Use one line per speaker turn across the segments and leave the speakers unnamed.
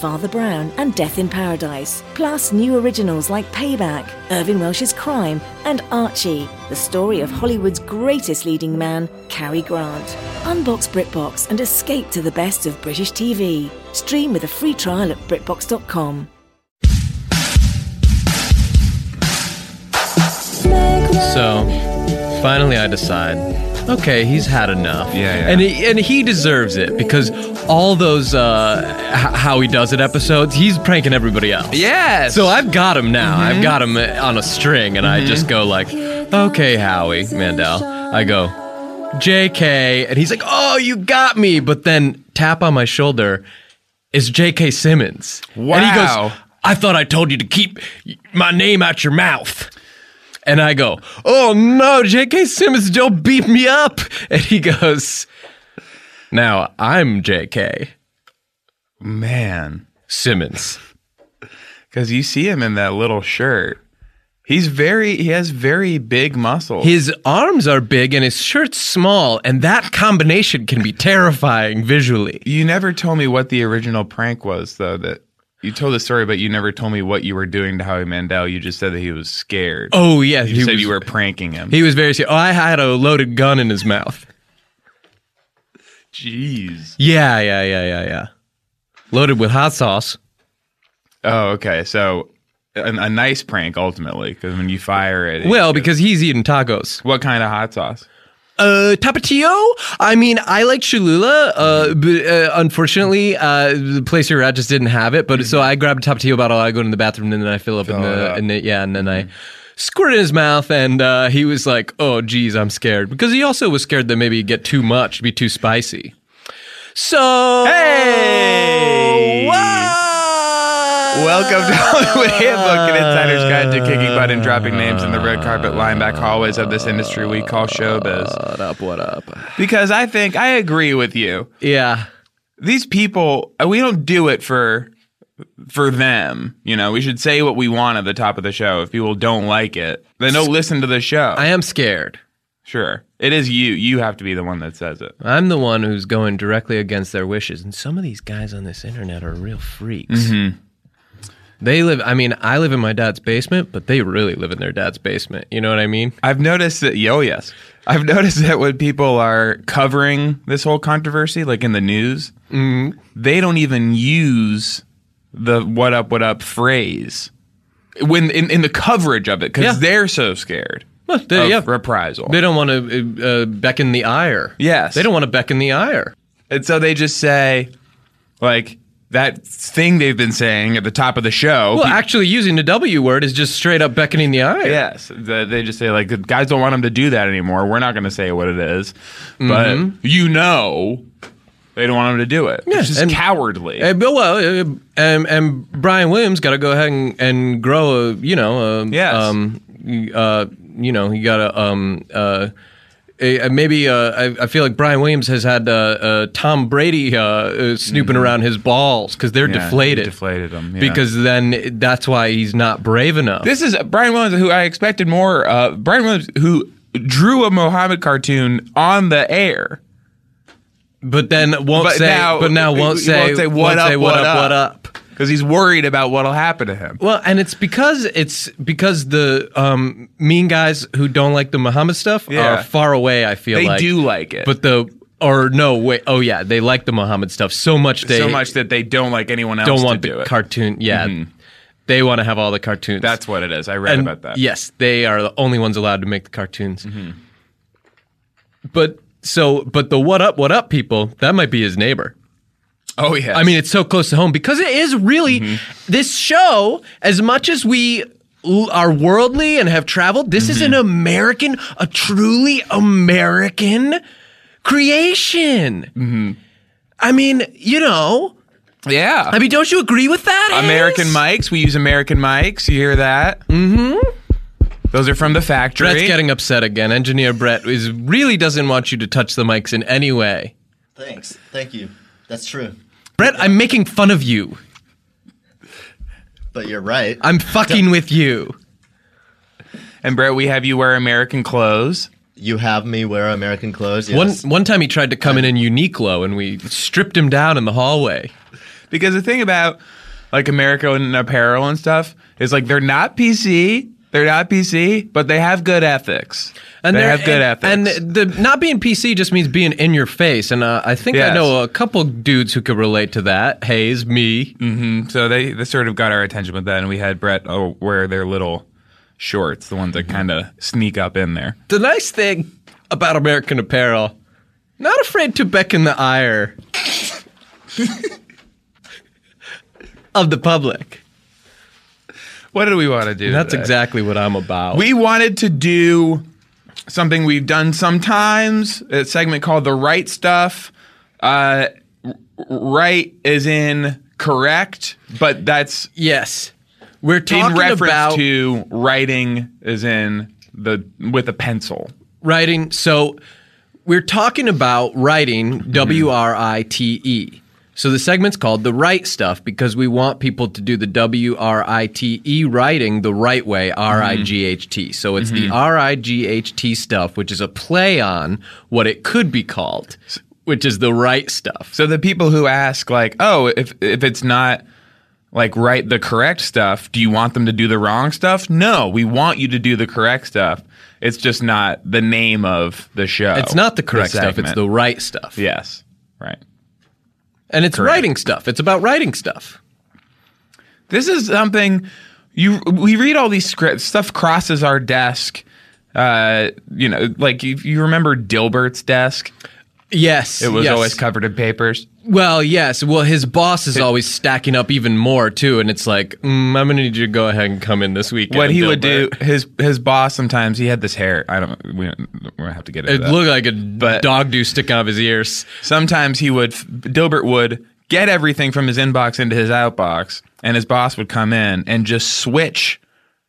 Father Brown, and Death in Paradise, plus new originals like Payback, Irving Welsh's Crime, and Archie, the story of Hollywood's greatest leading man, Cary Grant. Unbox BritBox and escape to the best of British TV. Stream with a free trial at BritBox.com.
So finally, I decide. Okay, he's had enough.
Yeah, yeah.
And he, and he deserves it because all those uh, h- how he does it episodes, he's pranking everybody else.
Yes.
So I've got him now. I've got him uh, on a string, and I just go like, "Okay, Howie Mandel." I go, "J.K.," and he's like, "Oh, you got me!" But then tap on my shoulder is J.K. Simmons, and he
Wow.
goes, "I thought I told you to keep my name out your mouth." And I go, "Oh no, J.K. Simmons, don't beat me up!" And he goes, "Now I'm J.K.
man,
Simmons."
because you see him in that little shirt. He's very. He has very big muscles.
His arms are big and his shirt's small, and that combination can be terrifying visually.
you never told me what the original prank was, though. That you told the story, but you never told me what you were doing to Howie Mandel. You just said that he was scared.
Oh yeah,
you
he
said
was,
you were pranking him.
He was very serious. Oh, I had a loaded gun in his mouth.
Jeez.
Yeah, yeah, yeah, yeah, yeah. Loaded with hot sauce.
Oh, okay. So a, a nice prank ultimately, because when you fire it, it
Well,
goes-
because he's eating tacos.
what kind of hot sauce?
Uh, tapatio. I mean, I like Cholula. Uh, but, uh unfortunately, uh, the place you're at just didn't have it. But so I grab a tapatio bottle. I go in the bathroom, and then I fill up in
Fill it
the,
up.
in the yeah, and then
Mm-hmm.
I squirt it in his mouth, and uh, he was like, "Oh, geez, I'm scared," because he also was scared that maybe he'd get too much, be too spicy. So
Hey!
Whoa!
Welcome to Hollywood Handbook, an insider's guide to kicking butt and dropping names in the red carpet lineback hallways of this industry we call showbiz.
What up? What up?
Because I think I agree with you.
Yeah.
These people, uh, we don't do it for for them. You know, we should say what we want at the top of the show. If people don't like it, then don't listen to the show.
I am scared.
sure, it is you. You have to be the one that says it.
I'm the one who's going directly against their wishes. And some of these guys on this internet are real freaks.
Mm-hmm.
They live, I mean, I live in my dad's basement, but they really live in their dad's basement. You know what I mean?
I've noticed that, yo, yes. I've noticed that when people are covering this whole controversy, like in the news,
Mm-hmm.
they don't even use the what up, what up phrase when in, in the coverage of it because
Yeah.
they're so scared
Well, they,
of
yeah.
reprisal.
They don't want to uh, uh, beckon the ire.
Yes.
They don't want to beckon the ire.
and so they just say, like, that thing they've been saying at the top of the show.
Well,
pe-
actually, using the W word is just straight up beckoning the ire.
Yes, the, they just say like the guys don't want them to do that anymore. We're not going to say what it is, but you know, they don't want them to do it.
Mm-hmm. Yeah,
it's just
and-
cowardly.
Uh, but, well, uh, and, and Brian Williams got to go ahead and, and grow a, you know, a,
Yes.
um, uh, you know, he got a, um, uh, a, a- maybe uh, I, I feel like Brian Williams has had uh, uh, Tom Brady uh, uh, snooping around his balls because they're
Mm-hmm. Yeah, he
deflated.
deflated 'em, yeah.
because then that's why he's not brave enough.
this is Brian Williams, who I expected more. Uh, Brian Williams, who drew a Mohammed cartoon on the air.
but then won't
But
say.
now-
but now
he
won't
won't
say.
say, "What
won't
up,
say,
what up?"
What up?
Because he's worried about what'll happen to him.
Well, and it's because it's because the um, mean guys who don't like the Muhammad stuff
Yeah.
are far away. I feel
They
like.
do like it,
but the or no wait, oh yeah, they like the Muhammad stuff so much they
so much that they don't like anyone else
don't want
to
the
do it. Mm-hmm.
cartoon. Yeah, they want to have all the cartoons.
That's what it is. I read
And
about that. Mm-hmm.
Yes, they are the only ones allowed to make the cartoons. But so, but the what up, what up people that might be his neighbor.
Oh yeah.
I mean, it's so close to home because it is really this show. As much as we l- are worldly and have traveled, this is an American, a truly American creation. I mean, you know,
yeah.
I mean, don't you agree with that?
American
Hayes?
mics. We use American mics. You hear that? Mm-hmm. Those are from the factory.
Brett's getting upset again. Engineer Brett is really doesn't want you to touch the mics in any way.
Thanks. Thank you. That's true.
Brett, I'm making fun of you.
But you're right.
I'm fucking with you.
And Brett, we have you wear American clothes.
you have me wear American clothes. Yes.
One one time he tried to come in in Uniqlo and we stripped him down in the hallway.
Because the thing about like American apparel and stuff is like they're not PC. They're not PC, but they have good ethics. And they
there-
have good
and,
ethics.
And the not being PC just means being in your face. And uh, I think I
Yes.
know a couple dudes who could relate to that. Hayes, me.
And so they, they sort of got our attention with that. And we had Brett oh, wear their little shorts, the ones that kind of sneak up in there.
The nice thing about American Apparel, not afraid to beckon the ire of the public.
What do we want to do?
That's
today?
exactly what I'm about.
We wanted to do something we've done sometimes, a segment called The Right Stuff. Uh, r- right is in correct, but that's
yes, we're
in
talking
reference
about
to writing is in the with a pencil.
writing. So we're talking about writing W R I T E. So the segment's called the right stuff because we want people to do the W R I T E writing the right way, R I G H T. So it's the R I G H T stuff, which is a play on what it could be called, which is the right stuff.
So the people who ask like, "Oh, if if it's not like write the correct stuff, do you want them to do the wrong stuff?" No, we want you to do the correct stuff. It's just not the name of the show.
It's not the correct stuff, it's
segment.
the right stuff.
Yes. Right.
And it's writing stuff. It's about writing stuff.
This is something you we read all these scripts. Stuff crosses our desk. Uh, you know, like you, you remember Dilbert's desk?
Yes.
It was
yes.
always covered in papers.
Well, yes. Well, his boss is always stacking up even more too, and it's like, mm, I'm gonna need you to go ahead and come in this weekend.
what he would do,
Dilbert."
his his boss sometimes he had this hair. I don't. We don't, we don't have to get into
It
that.
looked like a
But-
dog do stick out of his ears.
Sometimes he would, Dilbert would get everything from his inbox into his outbox, and his boss would come in and just switch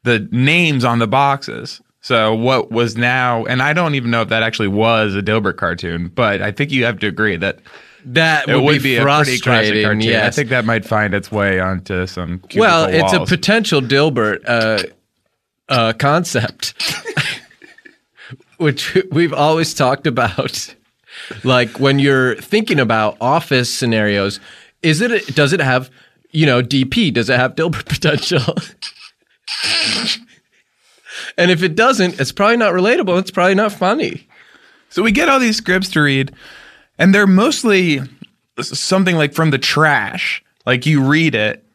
the names on the boxes. So what was now, and I don't even know if that actually was a Dilbert cartoon, but I think you have to agree that
That
it
would,
would, be, a pretty classic
frustrating.
cartoon. I
yes.
think that might find its way onto some. cubicle
well, it's a
walls.
potential Dilbert uh, uh, concept, which we've always talked about. Like when you're thinking about office scenarios, is it does it have you know DP? Does it have Dilbert potential? and if it doesn't, it's probably not relatable. It's probably not funny.
So we get all these scripts to read, and they're mostly s- something like from the trash. Like you read it,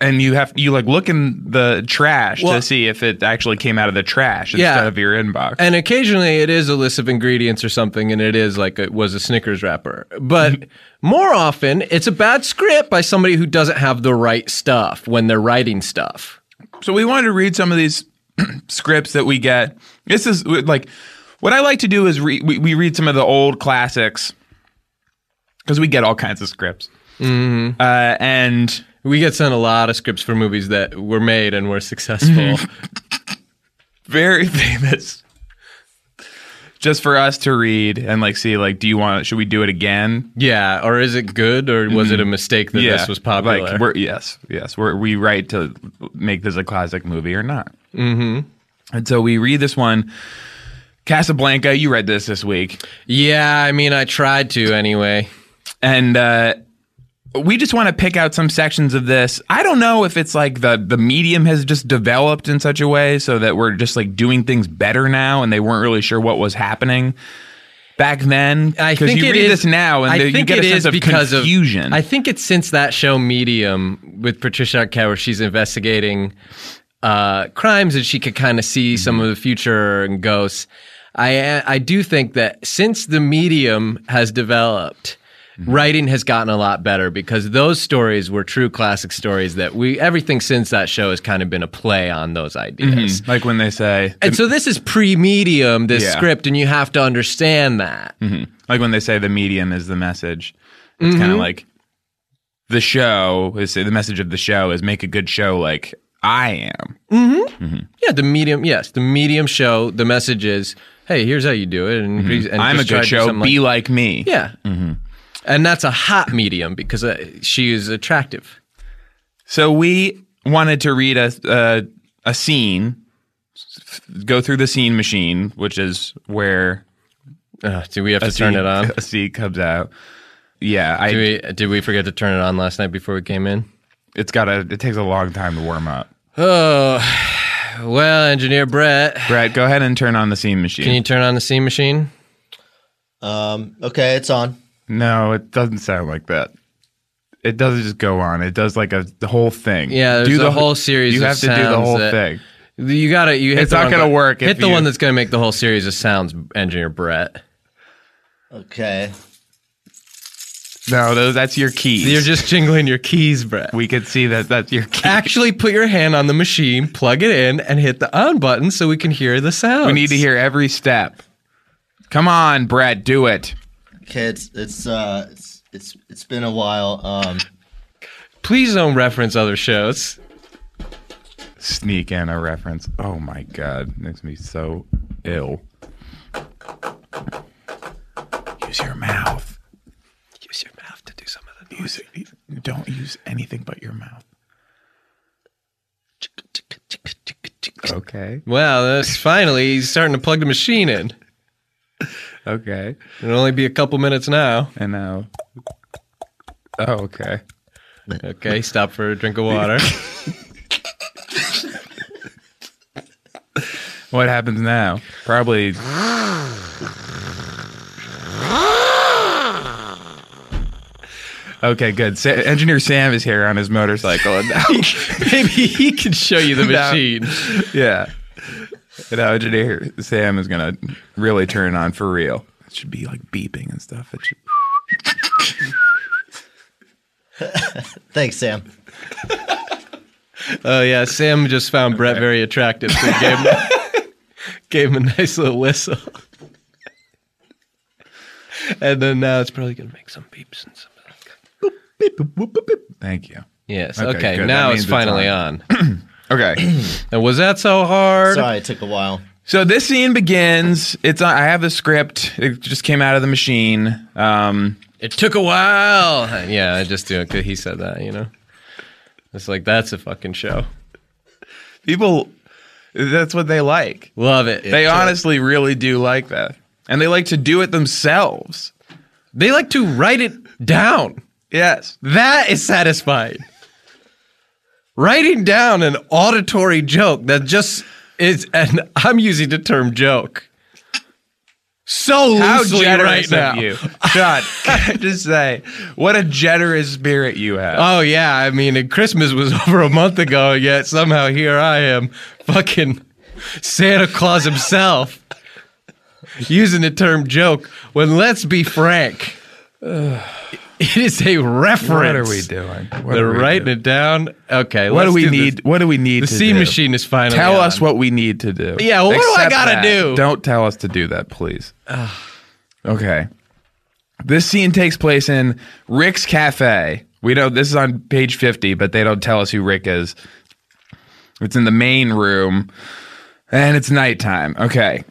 and you have you like look in the trash
Well-
to see if it actually came out of the trash
Yeah.
instead of your inbox.
And occasionally it is a list of ingredients or something, and it is like it was a Snickers wrapper. But more often, it's a bad script by somebody who doesn't have the right stuff when they're writing stuff.
so we wanted to read some of these scripts that we get. This is like what I like to do is re- we, we read some of the old classics because we get all kinds of scripts.
Mm-hmm.
Uh, and
We get sent a lot of scripts for movies that were made and were successful.
Mm-hmm. very famous just for us to read and like see like do you want should we do it again
Yeah, or is it good, or was it a mistake that this was popular?
Mm-hmm. like we're yes yes we're we right to make this a classic movie or not mm-hmm and so we read this one casablanca you read this this week
yeah, I mean, I tried to anyway.
and uh we just want to pick out some sections of this. I don't know if it's like the the medium has just developed in such a way so that we're just like doing things better now, and they weren't really sure what was happening back then.
I
'Cause
think
you
it
read
is-
this now, and
I
there- you
think
get a
it
sense
is
of
because
confusion.
Of, I think it's since that show Medium with Patricia Arquette, where she's investigating uh, crimes and she could kind of see
Mm-hmm.
some of the future and ghosts. I I do think that since the medium has developed.
Mm-hmm.
Writing has gotten a lot better because those stories were true classic stories that we everything since that show has kind of been a play on those ideas.
like when they say,
And so this is pre-medium this
Mm-hmm. Yeah.
script and you have to understand that.
like when they say the medium is the message. It's
Mm-hmm.
kind of like the show is the message of the show is make a good show like I am.
Yeah, the medium. Yes, the medium show. The message is, hey, here's how you do it, and, and
Mm-hmm. I'm a
just try
good
to do
show.
something
Be Mm-hmm.
like-
like me.
yeah, And that's a hot medium because uh, she is attractive.
So we wanted to read a a, a scene, go through the scene machine, which is where
Uh, do we have to
a
turn
scene-
it on?
A scene comes out. Yeah, I,
Do we, did we forget to turn it on last night before we came in?
it's got a. It takes a long time to warm up.
Oh, well, engineer Brett,
Brett, go ahead and turn on the scene machine.
can you turn on the scene machine?
Um, okay, it's on.
no, it doesn't sound like that. It doesn't just go on. It does like a the whole thing.
Yeah, there's a whole series
You
of
have to do the
sounds
whole
that-
thing.
You gotta. You hit
It's
the
not
one
gonna
bu-
work
Hit
if
the
you-
one that's gonna make the whole series of sounds, engineer Brett.
Okay.
No, those, that's your keys.
You're just jingling your keys, Brett.
we could see that that's your keys.
Actually, put your hand on the machine, plug it in, and hit the on button so we can hear the sound.
We need to hear every step. Come on, Brett, do it.
Okay, it's it's uh it's it's it's been a while. Um
Please don't reference other shows.
Sneak in a reference. Oh my god, makes me so ill. Use your mouth.
Use your mouth to do some of the
Use it. Don't use anything but your mouth. Okay.
Wow, that's finally he's starting to plug the machine in.
Okay.
It'll only be a couple minutes now.
And now. Oh, okay.
Okay, stop for a drink of water.
What happens now? Probably. Okay, good. Sa- Engineer Sam is here on his motorcycle. And now,
Maybe he can show you the
No.
machine.
yeah. And now Engineer Sam is going to really turn it on for real. It should be like beeping and stuff. It should-
thanks, Sam.
Oh yeah, Sam just found Brett very attractive. So he gave, him, gave him a nice little whistle. and then now it's probably gonna make some beeps and some.
Thank you.
Yes.
Okay,
Okay.
good.
now
That
it's
means it's
finally on.
Okay.
and was that so hard?
Sorry it took a while.
So this scene begins. It's I have the script. It just came out of the machine. Um,
It took a while. Yeah, I just do it 'cause he said that. You know, it's like that's a fucking show.
people, that's what they like.
Love it.
They honestly really do like that. And they like to do it themselves.
they like to write it down.
Yes.
That is satisfying. Writing down an auditory joke that just is, and I'm using the term joke so
How
loosely
generous
right
of
now.
you. John, can I just say, what a generous spirit you have.
Oh yeah, I mean, and Christmas was over a month ago, yet somehow here I am, fucking Santa Claus himself, using the term joke. When let's be frank, it is a reference.
what are we doing? What
They're
are we
writing
doing?
it down. Okay,
What do
let's
we
this.
need? What do we need
The
to
scene
do?
machine is finally.
Tell
on.
us what we need to do.
Yeah, what do I
Accept
gotta
that.
do?
Don't tell us to do that, please. okay. This scene takes place in Rick's Cafe. We know this is on page 50, but they don't tell us who Rick is. It's in the main room, and it's nighttime. Okay.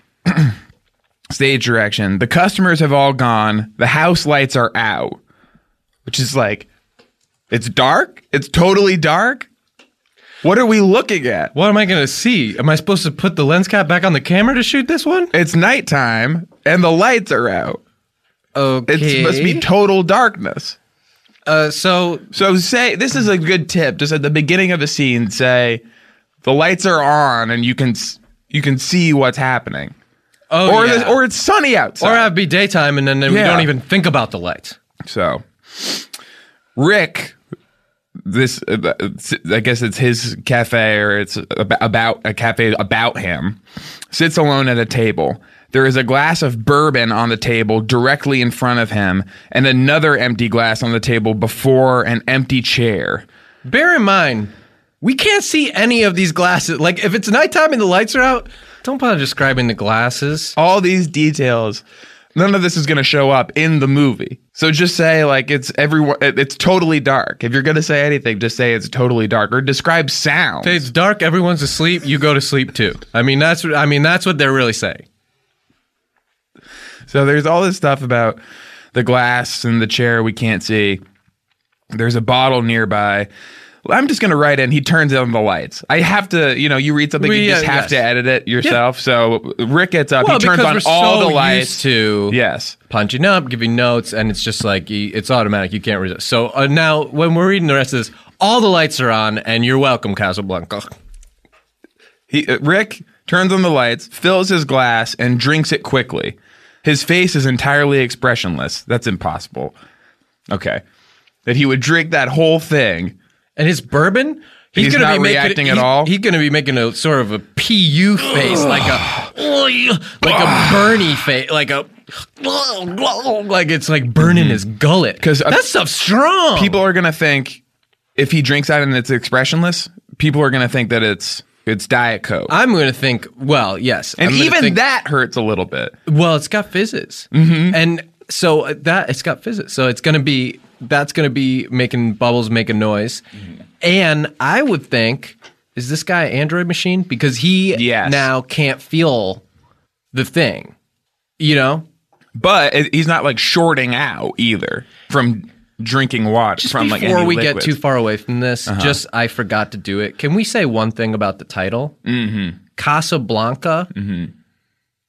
Stage direction. The customers have all gone. The house lights are out, which is like, it's dark. It's totally dark. What are we looking at?
What am I going to see? Am I supposed to put the lens cap back on the camera to shoot this one?
It's nighttime and the lights are out. It
Okay.
must be total darkness.
uh, so
So say this is a good tip. Just at the beginning of a scene, say the lights are on and you can s- you can see what's happening,
oh,
or
yeah.
this- or it's sunny outside.
or have it be daytime, and then, then we
Yeah.
don't even think about the lights.
So, Rick, this uh, I guess it's his cafe or it's ab- about a cafe about him. Sits alone at a table. There is a glass of bourbon on the table directly in front of him, and another empty glass on the table before an empty chair.
Bear in mind, we can't see any of these glasses. Like if it's nighttime and the lights are out, don't bother describing the glasses.
All these details. None of this is going to show up in the movie. So just say like it's everyone. it- It's totally dark. If you're going to say anything, just say it's totally dark or describe sound.
It's dark. Everyone's asleep. You go to sleep too. I mean, that's what I mean. That's what they're really saying.
So there's all this stuff about the glass and the chair we can't see. There's a bottle nearby. I'm just gonna write in. He turns on the lights. I have to, you know, you read something,
We,
you just
uh,
have
yes.
to edit it yourself. So Rick gets up.
Well,
he turns
because
on
we're
all
so
the lights.
used to
yes.
punching up, giving notes, and it's just like y- it's automatic. You can't resist. So uh, now, when we're reading the rest of this, all the lights are on, and you're welcome, Casablanca.
He, uh, Rick turns on the lights, fills his glass, and drinks it quickly. His face is entirely expressionless. That's impossible. Okay. That he would drink that whole thing.
And his bourbon,
He's
gonna
not reacting at
he's-
all?
He's going to be making a sort of a pu face, like a like a Bernie face, like a like it's like burning his gullet
Mm-hmm. 'Cause, uh,
that stuff's strong.
People are going to think if he drinks that and it's expressionless, people are going to think that it's it's Diet Coke.
I'm going to think. Well, yes,
and
I'm gonna
even
think-
that hurts a little bit.
Well, it's got fizzes, mm-hmm. and so uh, that it's got fizzes. So it's gonna be that's gonna be making bubbles, making noise, and I would think is this guy an Android machine because he
Yes.
now can't feel the thing, you know.
But it, he's not like shorting out either from drinking water
Just
from like
before
any
we
liquids.
get too far away from this, just I forgot to do it. Can we say one thing about the title? Mm-hmm. Casablanca. Mm-hmm.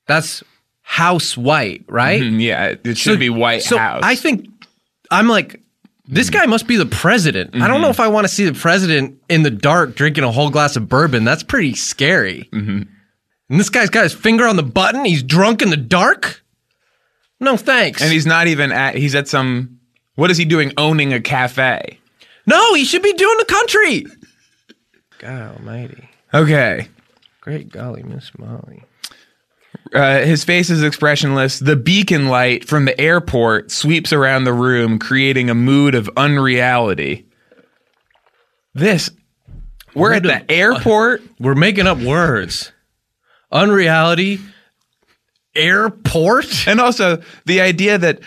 That's house white, right?
Yeah, it- it should
So-
be White
so
House.
I think I'm like, this guy must be the president. I
Mm-hmm.
don't know if I want to see the president in the dark drinking a whole glass of bourbon. That's pretty scary.
Mm-hmm.
And this guy's got his finger on the button. He's drunk in the dark. No thanks.
And he's not even at. He's at some. What is he doing? Owning a cafe.
no, he should be doing the country. God Almighty!
Okay.
Great golly, Miss Molly.
Uh, his face is expressionless. The beacon light from the airport sweeps around the room, creating a mood of unreality. This. We're at the airport.
We're making up words. Unreality. Airport.
And also, the idea that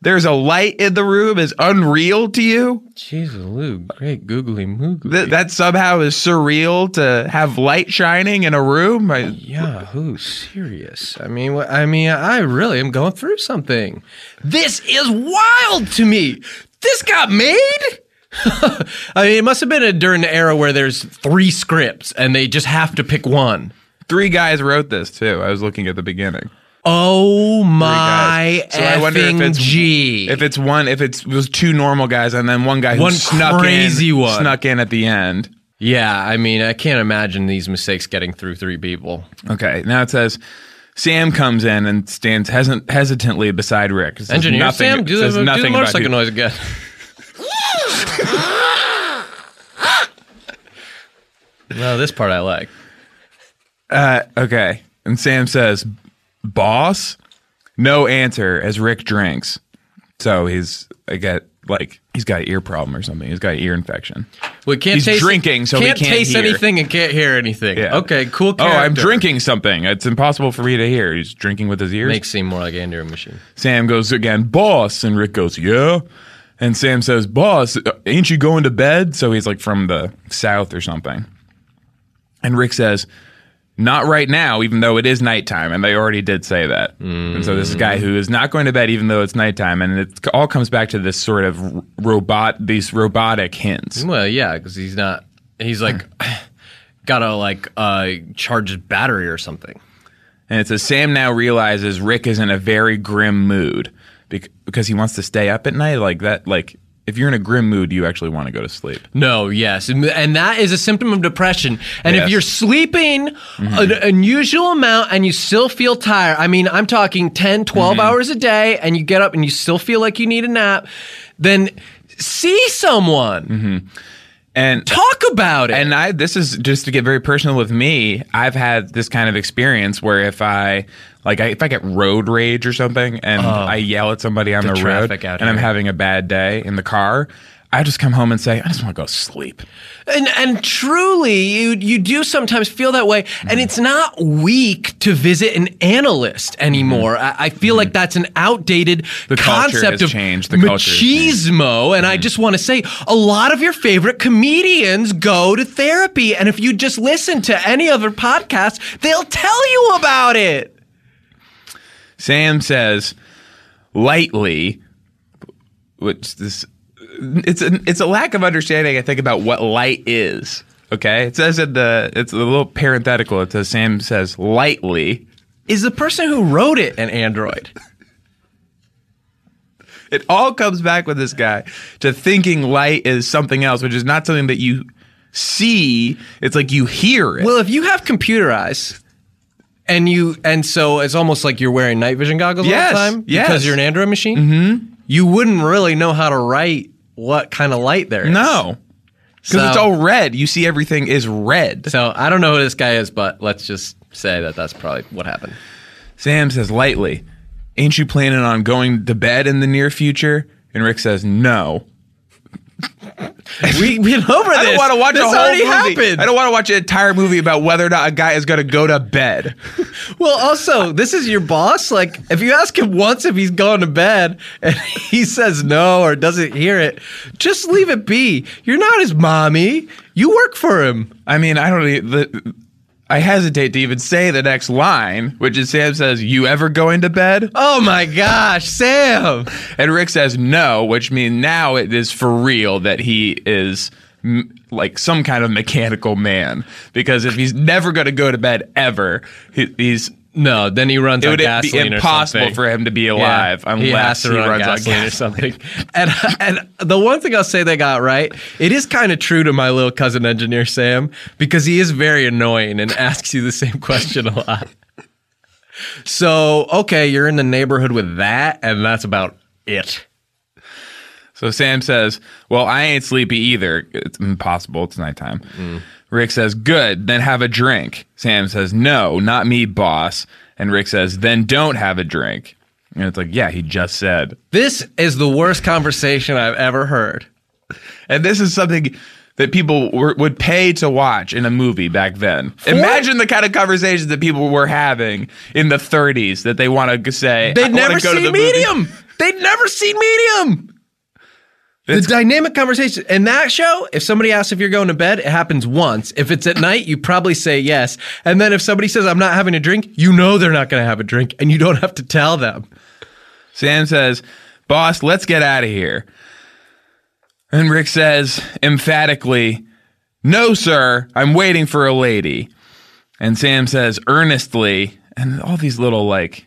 there's a light in the room is unreal to you.
Jesus, Lou. Great googly moogly.
Th- that somehow is surreal to have light shining in a room. I-
Yahoo, serious. I mean, wha- I mean, I really am going through something. This is wild to me. This got made. I mean, it must have been a, during the era where there's three scripts and they just have to pick one.
Three guys wrote this too. I was looking at the beginning.
Oh
guys.
my
So I wonder if
effing
it's-
g!
If it's one, if it's it was two normal guys and then one guy who
One
snuck
crazy
in,
one.
snuck in at the end.
yeah, I mean, I can't imagine these mistakes getting through three people.
Okay, now it says Sam comes in and stands hesit- hesitantly beside Rick. It says
Engineer
nothing-
Sam, do
says
the, do the
nothing about
motorcycle
who-
noise again. no, this part I like.
Okay, and Sam says, "Boss," no answer as Rick drinks. So he's I get like he's got an ear problem or something. He's got an ear infection.
We can't
He's
taste
drinking, so he
can't
can't
taste
hear.
anything and can't hear anything.
Yeah.
Okay, cool.
Oh, I'm
character.
drinking something. It's impossible for me to hear. He's drinking with his ears.
Makes seem more like Andrew Machine.
Sam goes again, boss. And Rick goes, yeah. And Sam says, boss, uh, ain't you going to bed? So he's like from the south or something. And Rick says, not right now, even though it is nighttime. And they already did say that. And so this guy who is not going to bed, even though it's nighttime. And it all comes back to this sort of r- robot, these robotic hints.
Well, yeah, because he's not. He's like gotta like uh charge his battery or something.
And it says Sam now realizes Rick is in a very grim mood bec- because he wants to stay up at night. Like that, like if you're in a grim mood, you actually want to go to sleep.
No, yes, and, and that is a symptom of depression. And if
Yes.
you're sleeping an unusual amount and you still feel tired, I mean, I'm talking 10, 12 hours a day, and you get up and you still feel like you need a nap, then see someone,
And
talk about it.
and I this is just to get very personal with me. I've had this kind of experience where if I like I, if I get road rage or something and I yell at somebody on the, road
Oh. traffic out
and I'm
here.
having a bad day in the car, I just come home and say I just want to go sleep.
And and truly, you you do sometimes feel that way, and it's not weak to visit an analyst anymore. I, I feel like that's an outdated
Mm-hmm. The culture
concept
has
of
changed. The culture has changed. Mm-hmm.
machismo. And I just want to say, a lot of your favorite comedians go to therapy, and if you just listen to any other podcast, they'll tell you about it.
Sam says lightly which this it's a, it's a lack of understanding I think about what light is. Okay, it says in the it's a little parenthetical. It says Sam says lightly.
Is the person who wrote it an android?
It all comes back with this guy to thinking light is something else, which is not something that you see. It's like you hear it.
Well, if you have computer eyes, and you and so it's almost like you're wearing night vision goggles
Yes,
all the time
yes.
because you're an Android machine. Mm-hmm. You wouldn't really know how to write what kind of light there is.
no, because it's
So-
all red. You see everything is red.
So I don't know who this guy is, but let's just say that that's probably what happened.
Sam says lightly, Ain't you planning on going to bed in the near future? And Rick says, No.
We've been over this.
I don't want to watch
this
a whole
already
movie.
happened.
I don't want to watch an entire movie about whether or not a guy is going to go to bed.
Well, also, this is your boss. Like, if you ask him once if he's going to bed and he says no or doesn't hear it, just leave it be. You're not his mommy. You work for him.
I mean, I don't. e- The, I hesitate to even say the next line, which is Sam says, "You ever going to bed?"
Oh my gosh, Sam.
And Rick says, "No," which means now it is for real that he is. m- Like some kind of mechanical man, because if he's never going to go to bed ever, he, he's
No, then he runs
it
on
would be
gasoline or
impossible
something.
for him to be
Yeah.
alive unless
he, has to run
runs
gasoline
on
or something. And and the one thing I'll say they got right, it is kind of true to my little cousin engineer Sam because he is very annoying and asks you the same question a lot. So okay, you're in the neighborhood with that, and that's about it.
So Sam says, Well, I ain't sleepy either. It's impossible. It's nighttime.
Mm.
Rick says, Good. Then have a drink. Sam says, No, not me, boss. And Rick says, Then don't have a drink. And it's like, Yeah, he just said.
This is the worst conversation I've ever heard.
And this is something that people were, would pay to watch in a movie back then. Imagine the kind of conversations that people were having in the 30s that they want to say. "I
They'd
wanna
never
go to
seen
the movie."
Medium. They'd never seen Medium. The dynamic conversation in that show, if somebody asks if you're going to bed, it happens once. If it's at night, you probably say yes. And then if somebody says, I'm not having a drink, you know they're not going to have a drink and you don't have to tell them.
Sam says, Boss, let's get out of here. And Rick says emphatically, No, sir, I'm waiting for a lady. And Sam says earnestly, and all these little like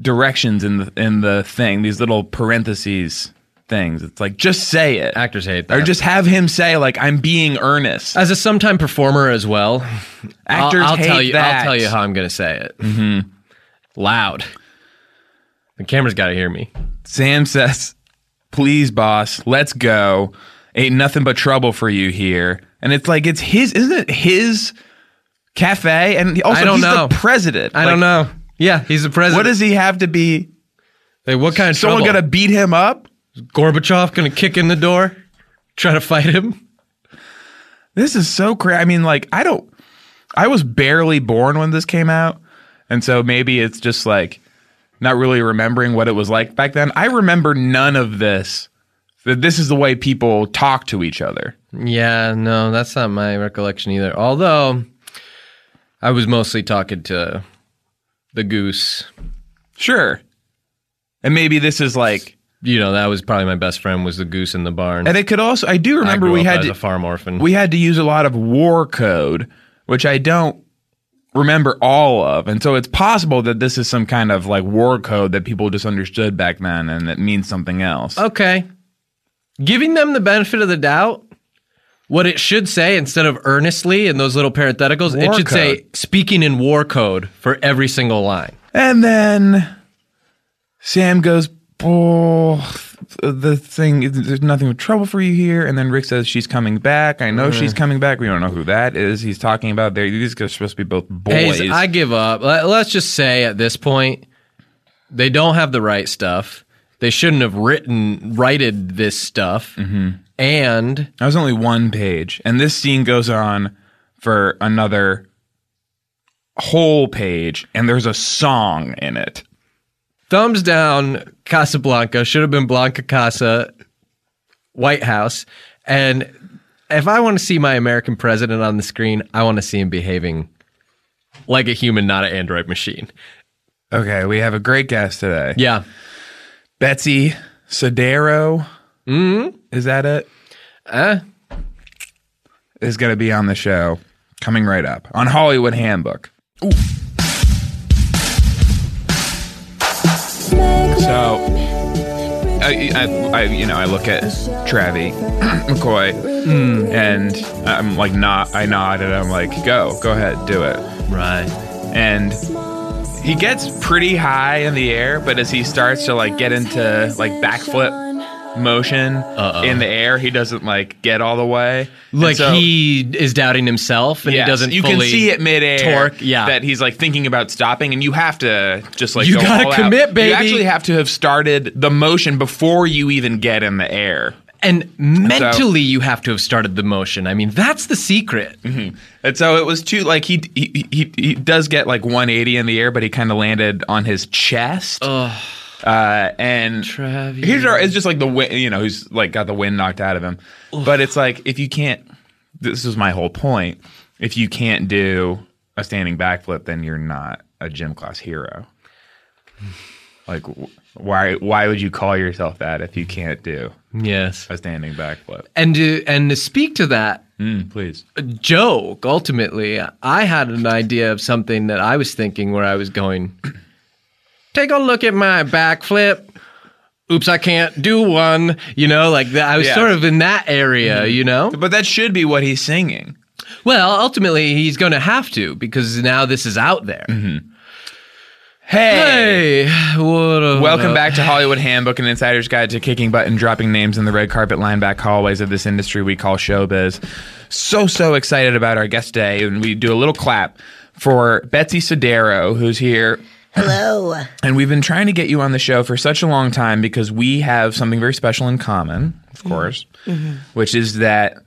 directions in the in the thing, these little parentheses things. It's like just say it.
Actors hate
Or
that.
just have him say like I'm being earnest.
As a sometime performer as well,
Actors
I'll, I'll
hate
tell you,
that.
I'll tell you how I'm going to say it. Mm-hmm. Loud. The camera's got to hear me.
Sam says, "Please, boss, let's go. Ain't nothing but trouble for you here." And it's like it's his, isn't it? His cafe, and also
I don't
he's
know.
the president.
I
Like,
don't know. Yeah, he's the president.
What does he have to be?
Hey, what kind of
Someone
trouble?
gonna beat him up?
Gorbachev going to kick in the door, try to fight him?
This is so crazy. I mean, like I don't. I was barely born when this came out, and so maybe it's just like not really remembering what it was like back then. I remember none of this. That this is the way people talk to each other.
Yeah, no, that's not my recollection either. Although I was mostly talking to the goose.
Sure. And maybe this is like,
You know, that was probably my best friend was the goose in the barn.
and it could also. I do
I
remember
grew
we
up
had
as
to,
a farm orphan.
we had to use a lot of war code, which I don't remember all of, and so it's possible that this is some kind of like war code that people just understood back then, and it means something else.
okay. Giving them the benefit of the doubt, what it should say instead of earnestly in those little parentheticals, it
War
should say speaking in war code for every single line.
And then Sam goes, "Oh, the thing. There's nothing but trouble for you here." And then Rick says, "She's coming back. I know
Mm.
she's coming back. We don't know who that is. He's talking about there. These guys are supposed to be both boys."
Hayes, I give up. Let, us just say at this point, they don't have the right stuff. They shouldn't have written righted this stuff.
Mm-hmm.
And
That was only one page. And this scene goes on for another whole page, and there's a song in it.
thumbs down, Casablanca should have been Blanca Casa, White House. And if I want to see my American president on the screen, I want to see him behaving like a human, not an android machine.
Okay, we have a great guest today.
Yeah.
Betsy Sedero. Is that it? Uh. Is going to be on the show coming right up on Hollywood Handbook. So, I, I, I, you know, I look at Travi McCoy, and I'm like, not. I nod, and I'm like, go, go ahead, do it.
Right.
And he gets pretty high in the air, but as he starts to like get into like backflip motion in the air, he doesn't like get all the way. And
Uh-uh. Like
so-
he is doubting himself and
Yes,
he doesn't
You
fully
can see it midair.
torque, yeah.
that he's like thinking about stopping, and you have to just like
You
go
gotta
all out.
commit, baby.
You actually have to have started the motion before you even get in the air.
and mentally you have to have started the motion. I mean, that's the secret.
And so it was too like he he, he, he does get like 180 in the air, but he kind of landed on his chest. Uh, and
Travis.
here's our, it's just like the wind, you know, he's like got the wind knocked out of him. But it's like if you can't, this is my whole point. If you can't do a standing backflip, then you're not a gym class hero. Like wh- why why would you call yourself that if you can't do
Yes.
a standing backflip?
And to, and to speak to that
Mm, please.
joke, ultimately, I had an idea of something that I was thinking where I was going, take a look at my backflip. Oops, I can't do one. You know, like that. I was
Yeah. Mm-hmm.
sort of in that area, you know?
But that should be what he's singing.
Well, ultimately, he's going to have to because now this is out there.
Mm-hmm. Hey.
Hey, what a-
Welcome back to Hollywood Handbook, an insider's guide to kicking butt and dropping names in the red carpet lineback hallways of this industry we call showbiz. So, so excited about our guest today. And we do a little clap for Betsy Sodero, who's here.
Hello.
And we've been trying to get you on the show for such a long time because we have something very special in common, of course, which is that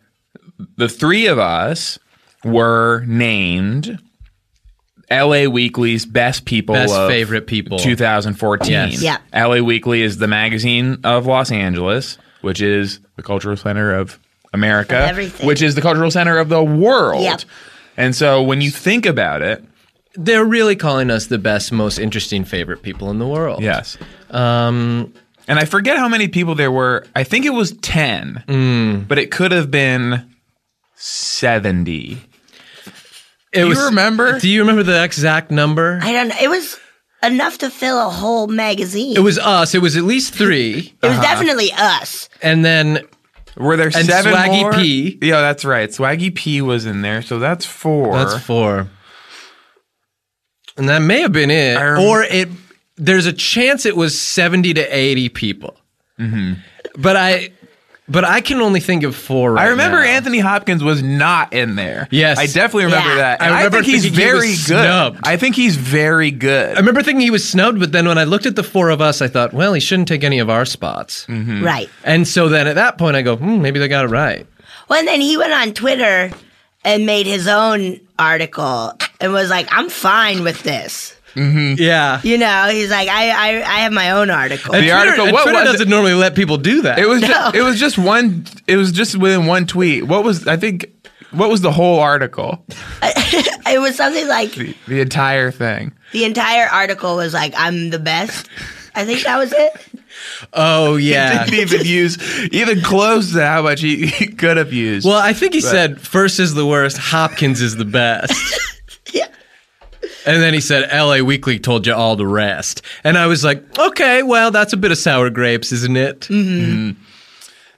the three of us were named LA Weekly's best people
Best
of
favorite people.
2014.
Yes.
Yeah.
LA Weekly is the magazine of Los Angeles, which is the cultural center of America,
Of everything.
which is the cultural center of the world.
Yep.
And so when you think about it,
They're really calling us the best, most interesting favorite people in the world.
Yes. Um, and I forget how many people there were. I think it was 10,
Mm.
but it could have been 70.
It
you remember?
Do you remember the exact number?
I don't know. It was enough to fill a whole magazine.
it was uh-huh. us. It was at least three,
It was definitely us.
and then
Were there
And
seven
Swaggy
more?
P.
Yeah, that's right. Swaggy P was in there, so that's four.
that's four. And that may have been it,
rem-
or it. There's a chance it was seventy to eighty people. But I, but I can only think of four. Right
I remember
now.
Anthony Hopkins was not in there.
Yes.
I definitely remember
Yeah.
that.
I
And I,
remember
think he's
thinking he was
very good.
snubbed.
I think he's very good.
I remember thinking he was snubbed, but then when I looked at the four of us, I thought, well, he shouldn't take any of our spots.
Right.
And so then at that point, I go, hmm, maybe they got it right.
Well, and then he went on Twitter and made his own article and was like, I'm fine with this.
Yeah.
You know, he's like, I, I, I have my own article.
The article-
and
what
Twitter
was it?
doesn't normally let people do that.
It was just, it was just one it was just within one tweet. What was I think what was the whole article?
It was something like
The, the entire thing.
the entire article was like, I'm the best. I think that was it.
oh yeah.
didn't even use even close to how much he, he could have used.
Well, I think he said first is the worst, Hopkins is the best.
Yeah.
And then he said LA Weekly told you all the rest. And I was like, okay, well, that's a bit of sour grapes, isn't it?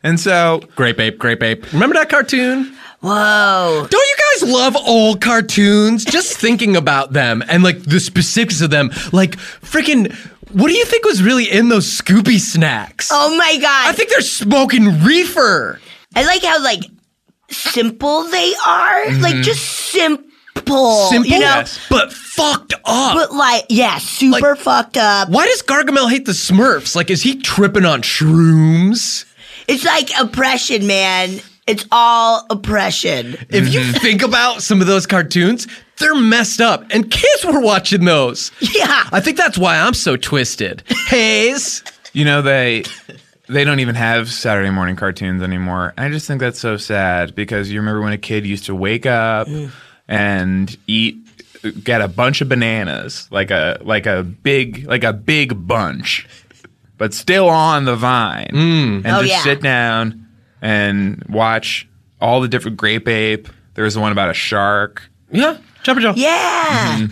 and so
Grape ape, grape ape. Remember that cartoon?
Whoa.
Don't you guys love old cartoons? Just thinking about them and like the specifics of them. Like, freaking, what do you think was really in those Scooby snacks?
Oh my God.
I think they're smoking reefer.
I like how like simple they are. Like just simple.
Mm-hmm. Simple,
Oh, You know?
but fucked up.
But like, yeah, super fucked up.
Why does Gargamel hate the Smurfs? Like, is he tripping on shrooms?
It's like oppression, man. It's all oppression.
If you
Mm-hmm.
think about some of those cartoons, they're messed up, and kids were watching those.
Yeah.
I think that's why I'm so twisted. Hayes.
you know they they don't even have Saturday morning cartoons anymore. And I just think that's so sad because you remember when a kid used to wake up and eat get a bunch of bananas, like a like a big like a big bunch. but still on the Vine,
Mm.
and
Oh,
just
yeah.
sit down and watch all the different Grape Ape. There was the one about a shark.
Yeah, Jabber Jaw.
Yeah.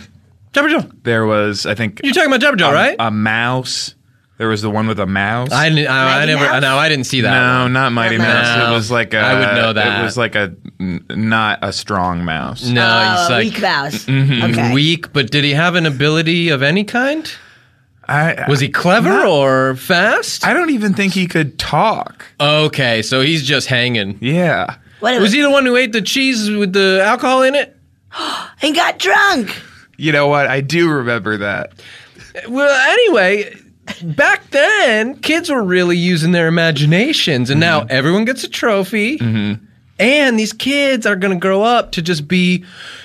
Jabber Jaw.
There was, I think,
You're talking about Jabber Jaw,
a,
right?
a mouse. There was the one with a mouse.
I, didn't- I, I
Mighty
never.
Mouse?
No, I didn't see that.
no,
one.
not Mighty
Not
Mouse.
Mouse.
It was like a.
I would know that.
It was like a n- not a strong mouse.
No,
Oh,
he's like
weak mouse. Okay.
weak, but did he have an ability of any kind?
I,
Was he clever or fast?
I don't even think he could talk.
okay, so he's just hanging.
Yeah.
What
Was he the one who ate the cheese with the alcohol in it?
and got drunk.
You know what? I do remember that.
Well, anyway, back then kids were really using their imaginations, and now everyone gets a trophy. And these kids are going to grow up to just be,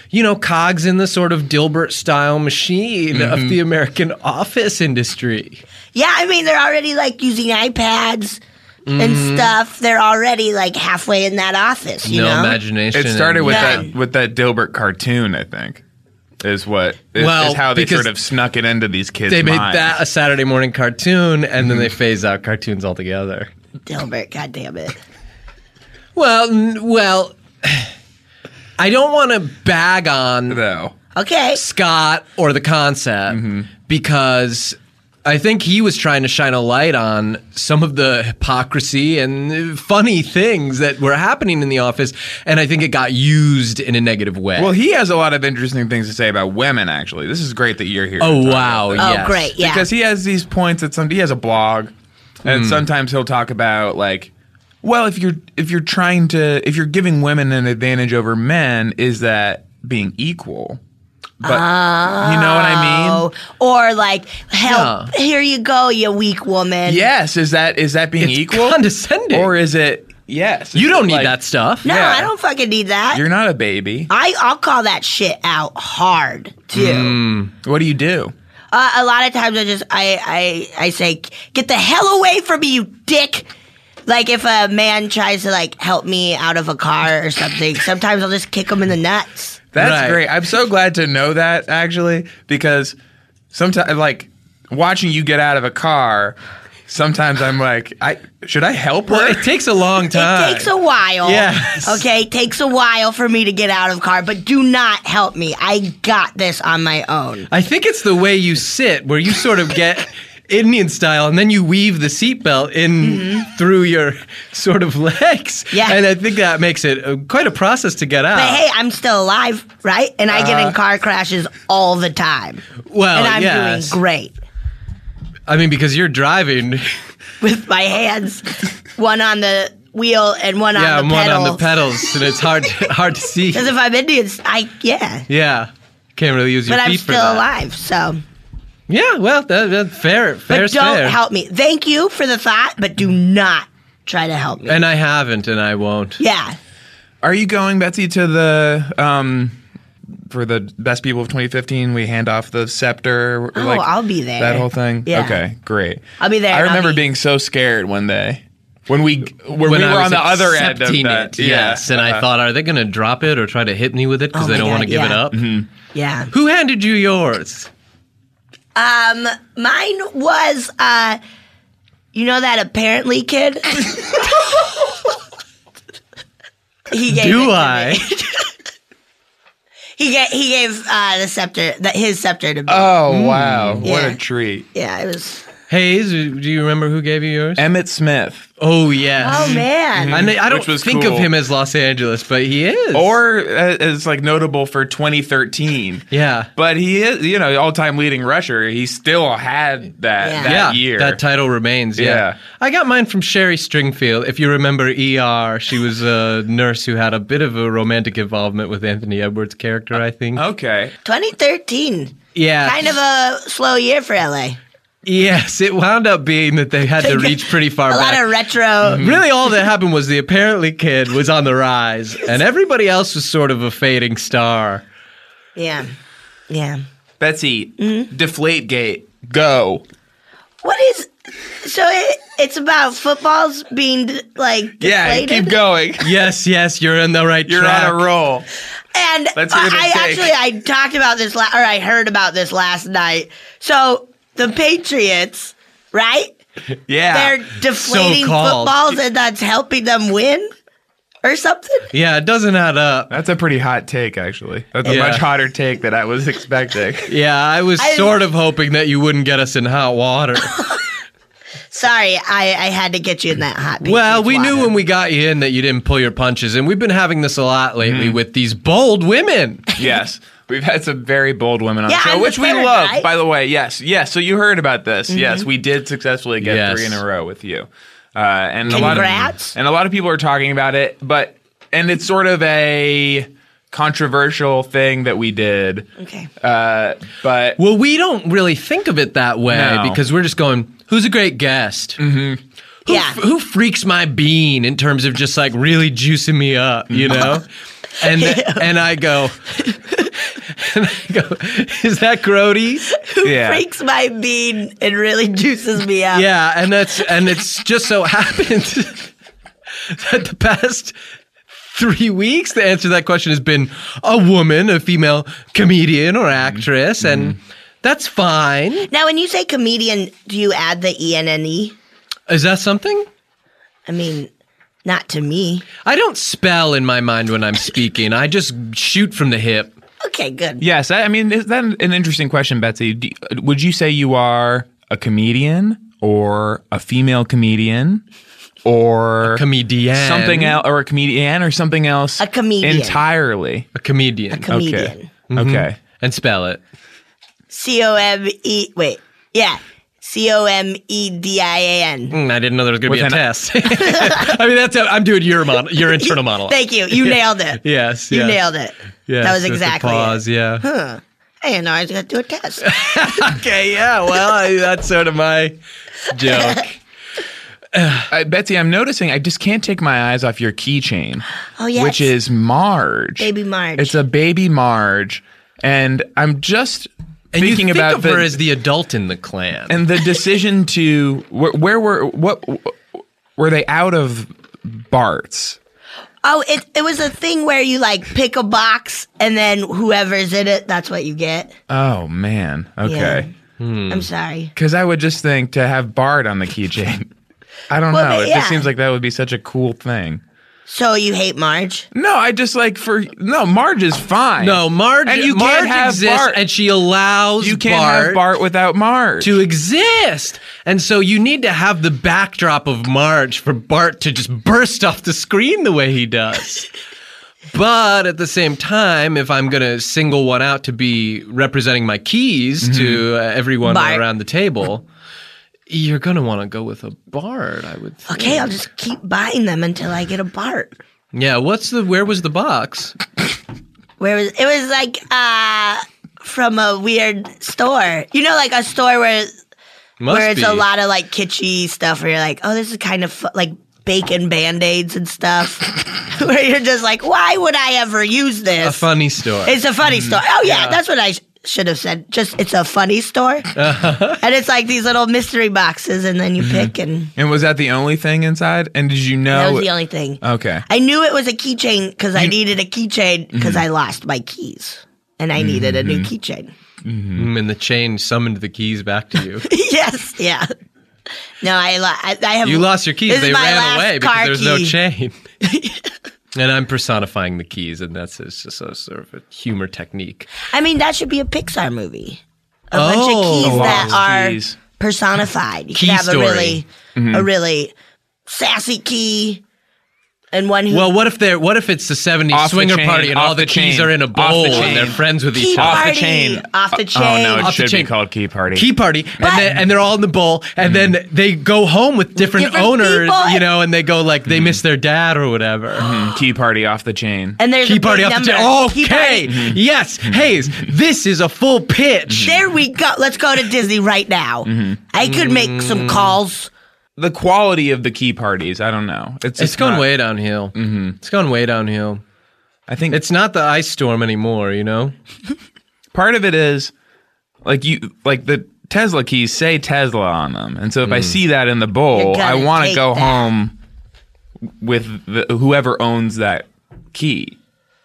you know, cogs in the sort of Dilbert style machine of the American office industry.
Yeah, I mean they're already like using iPads and stuff. They're already like halfway in that office, you
no
know.
imagination.
It started with
None.
that with that Dilbert cartoon, I think. Is what is,
Well,
is how they
because
sort of snuck it into these kids'
they made
minds.
that a Saturday morning cartoon, and then they phase out cartoons altogether.
Dilbert, god damn it.
Well, n- well, I don't want to bag on
though.
Okay.
Scott or the concept because I think he was trying to shine a light on some of the hypocrisy and funny things that were happening in the office, and I think it got used in a negative way.
Well, he has a lot of interesting things to say about women. Actually, this is great that you're here. to
oh
talk
wow!
about
Oh
yes.
great, yeah.
because he has these points that some he has a blog and
Hmm.
sometimes he'll talk about like well if you're if you're trying to if you're giving women an advantage over men is that being equal but you know what i mean
Oh, or like help. Here you go, you weak woman.
yes is that is that being
It's
equal
condescending.
or is it yes
You
Is
don't
it
need
like,
that stuff.
No,
Yeah.
I don't fucking need that.
you're not a baby
I I'll call that shit out hard too.
Mm.
what do you do
Uh, a lot of times I just I, I I say get the hell away from me, you dick. Like if a man tries to like help me out of a car or something, sometimes I'll just kick him in the nuts.
That's
Right.
great. I'm so glad to know that actually, because sometimes like watching you get out of a car, sometimes I'm like, I should I help her?
Well, it takes a long time.
It takes a while.
Yes.
Okay, it takes a while for me to get out of car, but do not help me. I got this on my own.
I think it's the way you sit, where you sort of get Indian style, and then you weave the seatbelt in through your sort of legs.
Mm-hmm. Yeah.
and I think that makes it uh, quite a process to get out.
But hey, I'm still alive, right? And I get in car crashes all the time.
Uh. well,
and I'm
yes.
doing great
I mean, because you're driving,
with my hands, one on the wheel and one
yeah,
on
I'm
the
one
pedal.
on the pedals, and it's hard to, hard to see.
Because if I'm Indian, I yeah.
Yeah, can't really use your
But
feet
I'm
for
still
that.
alive, so.
Yeah, well, that, that, fair,
But
fair's
don't
fair.
help me. Thank you for the thought, but do not try to help me.
And I haven't, and I won't.
yeah.
Are you going, Betsy, to the um for the best people of 2015? We hand off the scepter.
Oh, I'll be there.
That whole thing.
Yeah.
Okay, great.
I'll be there
I
and I'll
remember
be-
being so scared one day when we when,
When
we
I
were
was
on the other end of
accepting
that.
it, yes, and I
uh,
thought, are they going to drop it or try to hit me with it because
Oh
they
my
don't want to
God,
give it
yeah.
up?
Mm-hmm.
Yeah.
Who handed you yours?
Um, mine was, uh, you know that apparently kid? he gave it
Do
to
I?
me. He, ga- he gave uh, the scepter, the, his scepter to me.
Uh,
Oh wow, what
Yeah.
a treat!
yeah, it was.
Hayes, do you remember who gave you yours?
Emmett Smith.
Oh yes.
Oh, man.
I, kn- I don't
Which was
think of
cool.
him as Los Angeles, but he is.
or uh, is like notable for 2013.
yeah,
But he is, you know, all-time leading rusher. He still had that
Yeah.
that
yeah,
year.
that title remains. Yeah.
Yeah.
I got mine from Sherry Stringfield. If you remember ER, she was a nurse who had a bit of a romantic involvement with Anthony Edwards' character.
Uh,
I think.
okay.
2013.
yeah,
Kind of a slow year for LA.
Yes, it wound up being that they had to reach pretty far
A
back.
lot of retro.
really all that happened was the apparently kid was on the rise and everybody else was sort of a fading star
Yeah. Yeah.
Betsy,
Mm-hmm.
deflate gate. Go.
What is so? It, it's about footballs being like
Yeah,
deflated?
keep going.
yes yes you're in the right
You're
track
on a roll.
And
Let's hear
I,
the
I
take.
actually I talked about this la- or I heard about this last night. So the Patriots, right?
Yeah.
They're deflating
Ah, So-called.
footballs and that's helping them win or something.
Yeah, it doesn't add up.
That's a pretty hot take, actually. That's a
Yeah.
much hotter take than I was expecting.
Yeah, I was
I-
sort of hoping that you wouldn't get us in hot water.
Sorry, I, I had to get you in that hot. pink
well,
with
we knew
water.
when we got you in that you didn't pull your punches, and we've been having this a lot
Mm.
lately with these bold women.
yes. We've had some very bold women on
Yeah,
the show,
I'm
which
the
we
third, Mm-hmm.
love,
right?
by the way. Yes. Yes. So you heard about this. Yes. We did successfully get
Yes.
three in a row with you. Uh, and a lot
Congrats.
of and a lot of people are talking about it, but and it's sort of a controversial thing that we did.
Okay.
Uh, but
Well, we don't really think of it that way
No.
because we're just going, who's a great guest? Who,
Yeah.
who freaks my bean in terms of just like really juicing me up, you know? and and I go, and I go, is that Grody?
Who
yeah.
freaks my bean and really juices me up?
Yeah, and that's and it's just so happened that the past three weeks the answer to that question has been a woman, a female comedian or actress, and that's fine.
Now, when you say comedian, do you add the E N N E?
Is that something?
I mean, not to me.
I don't spell in my mind when I'm speaking. I just shoot from the hip.
Okay, good.
Yes, I I mean, is that an interesting question, Betsy? Do, would you say you are a comedian or a female comedian or
Comedian.
something else, or a comedian or something else?
A comedian.
entirely.
A comedian.
Comedian.
Okay. Okay.
and spell it.
C O M E. Wait. Yeah. C O M E D I A N.
Mm, I didn't know there was going to be a
With an-
test. I mean, that's how I'm doing your mon- your internal monologue.
Thank you. You nailed it.
Yes,
You
yes.
nailed it.
Yes,
that was
with the
exactly it.
pause. Yeah.
I didn't know I was going to do a test.
Okay, yeah, well, I, that's sort of my joke.
Uh, Betsy, I'm noticing I just can't take my eyes off your keychain.
Oh, yes.
Which is Marge.
Baby Marge.
It's a baby Marge. And I'm just
And you
thinking
think
about
of
the,
her as the adult in the clan.
and the decision to where, where were what were they out of Bart's?
Oh, it, it was a thing where you like pick a box and then whoever's in it, that's what you get.
Oh man, okay.
Mm.
I'm sorry.
Because I would just think to have Bart on the keychain. I don't
Well,
know.
but
It
yeah.
just seems like that would be such a cool thing.
So you hate Marge?
No, I just like for no Marge is fine.
no, Marge,
and you
Marge
can't have
exists
Bart.
and she allows
you can't
Bart,
have Bart without Marge.
to exist. And so you need to have the backdrop of Marge for Bart to just burst off the screen the way he does. But at the same time, if I'm going to single one out to be representing my keys to uh, everyone
Mm-hmm. Bart.
around the table, you're going to want to go with a Bart, I would think.
Okay, I'll just keep buying them until I get a Bart.
Yeah, what's the where was the box?
Where was it was like uh from a weird store. You know like a store where
Must
where it's
be.
a lot of like kitschy stuff where you're like, "Oh, this is kind of fu- like bacon band-aids and stuff." where you're just like, "Why would I ever use
A Mm,
this?"
funny store.
It's a funny story. Oh yeah, that's what I sh- should have said. Just it's a funny story, and it's like these little mystery boxes, and then you
Mm-hmm.
pick, and
and was that the only thing inside? And did you know?
that was the only thing.
okay.
I knew it was a keychain because I needed a keychain because
Mm-hmm.
I lost my keys, and I needed a new keychain.
Mm, and the chain summoned the keys back to you.
yes, yeah. No, I, lo- I I have
You lost your keys.
This is
they
my
ran
last
away because
car
there was no
key.
chain. and I'm personifying the keys, and that's it's just a sort of a humor technique.
I mean, that should be a Pixar movie. A
Oh.
bunch of keys
A lot
that
of
are
keys.
personified. You
Key
could have
story. Mm-hmm.
a really, a really sassy key, and one who
Well, what if they're what if it's the '70s
Off the
swinger
chain,
party and
off
all the,
the
keys
chain,
are in a
off the
bowl and
chain.
they're friends with
Key
each other?
Off the
party.
chain.
Off the
Oh
chain.
no, it
Off the
should
chain.
be called Key Party.
Key party, and then, and they're all in the bowl, and then they go home with different,
Different
owners,
people.
you know, and they go like
Hmm.
they miss their dad or whatever.
Key Party off the chain.
And there's
Key
a
party
big
off the
number.
chain.
Key
Okay,
party.
Hmm.
yes, Hayes, this is a full pitch.
There we go. Let's go to Disney right now.
Mm-hmm.
I could make
Mm.
some calls.
the quality of the Key Parties, I don't know. It's
It's
just
gone
not-
way downhill. Mm-hmm. It's gone way downhill.
I think
It's not the ice storm anymore, you know.
part of it is like you like the Tesla keys say Tesla on them, and so if
Mm.
I see that in the
You're
bowl,
gonna
I want to
take
go
that.
home with the, whoever owns that key.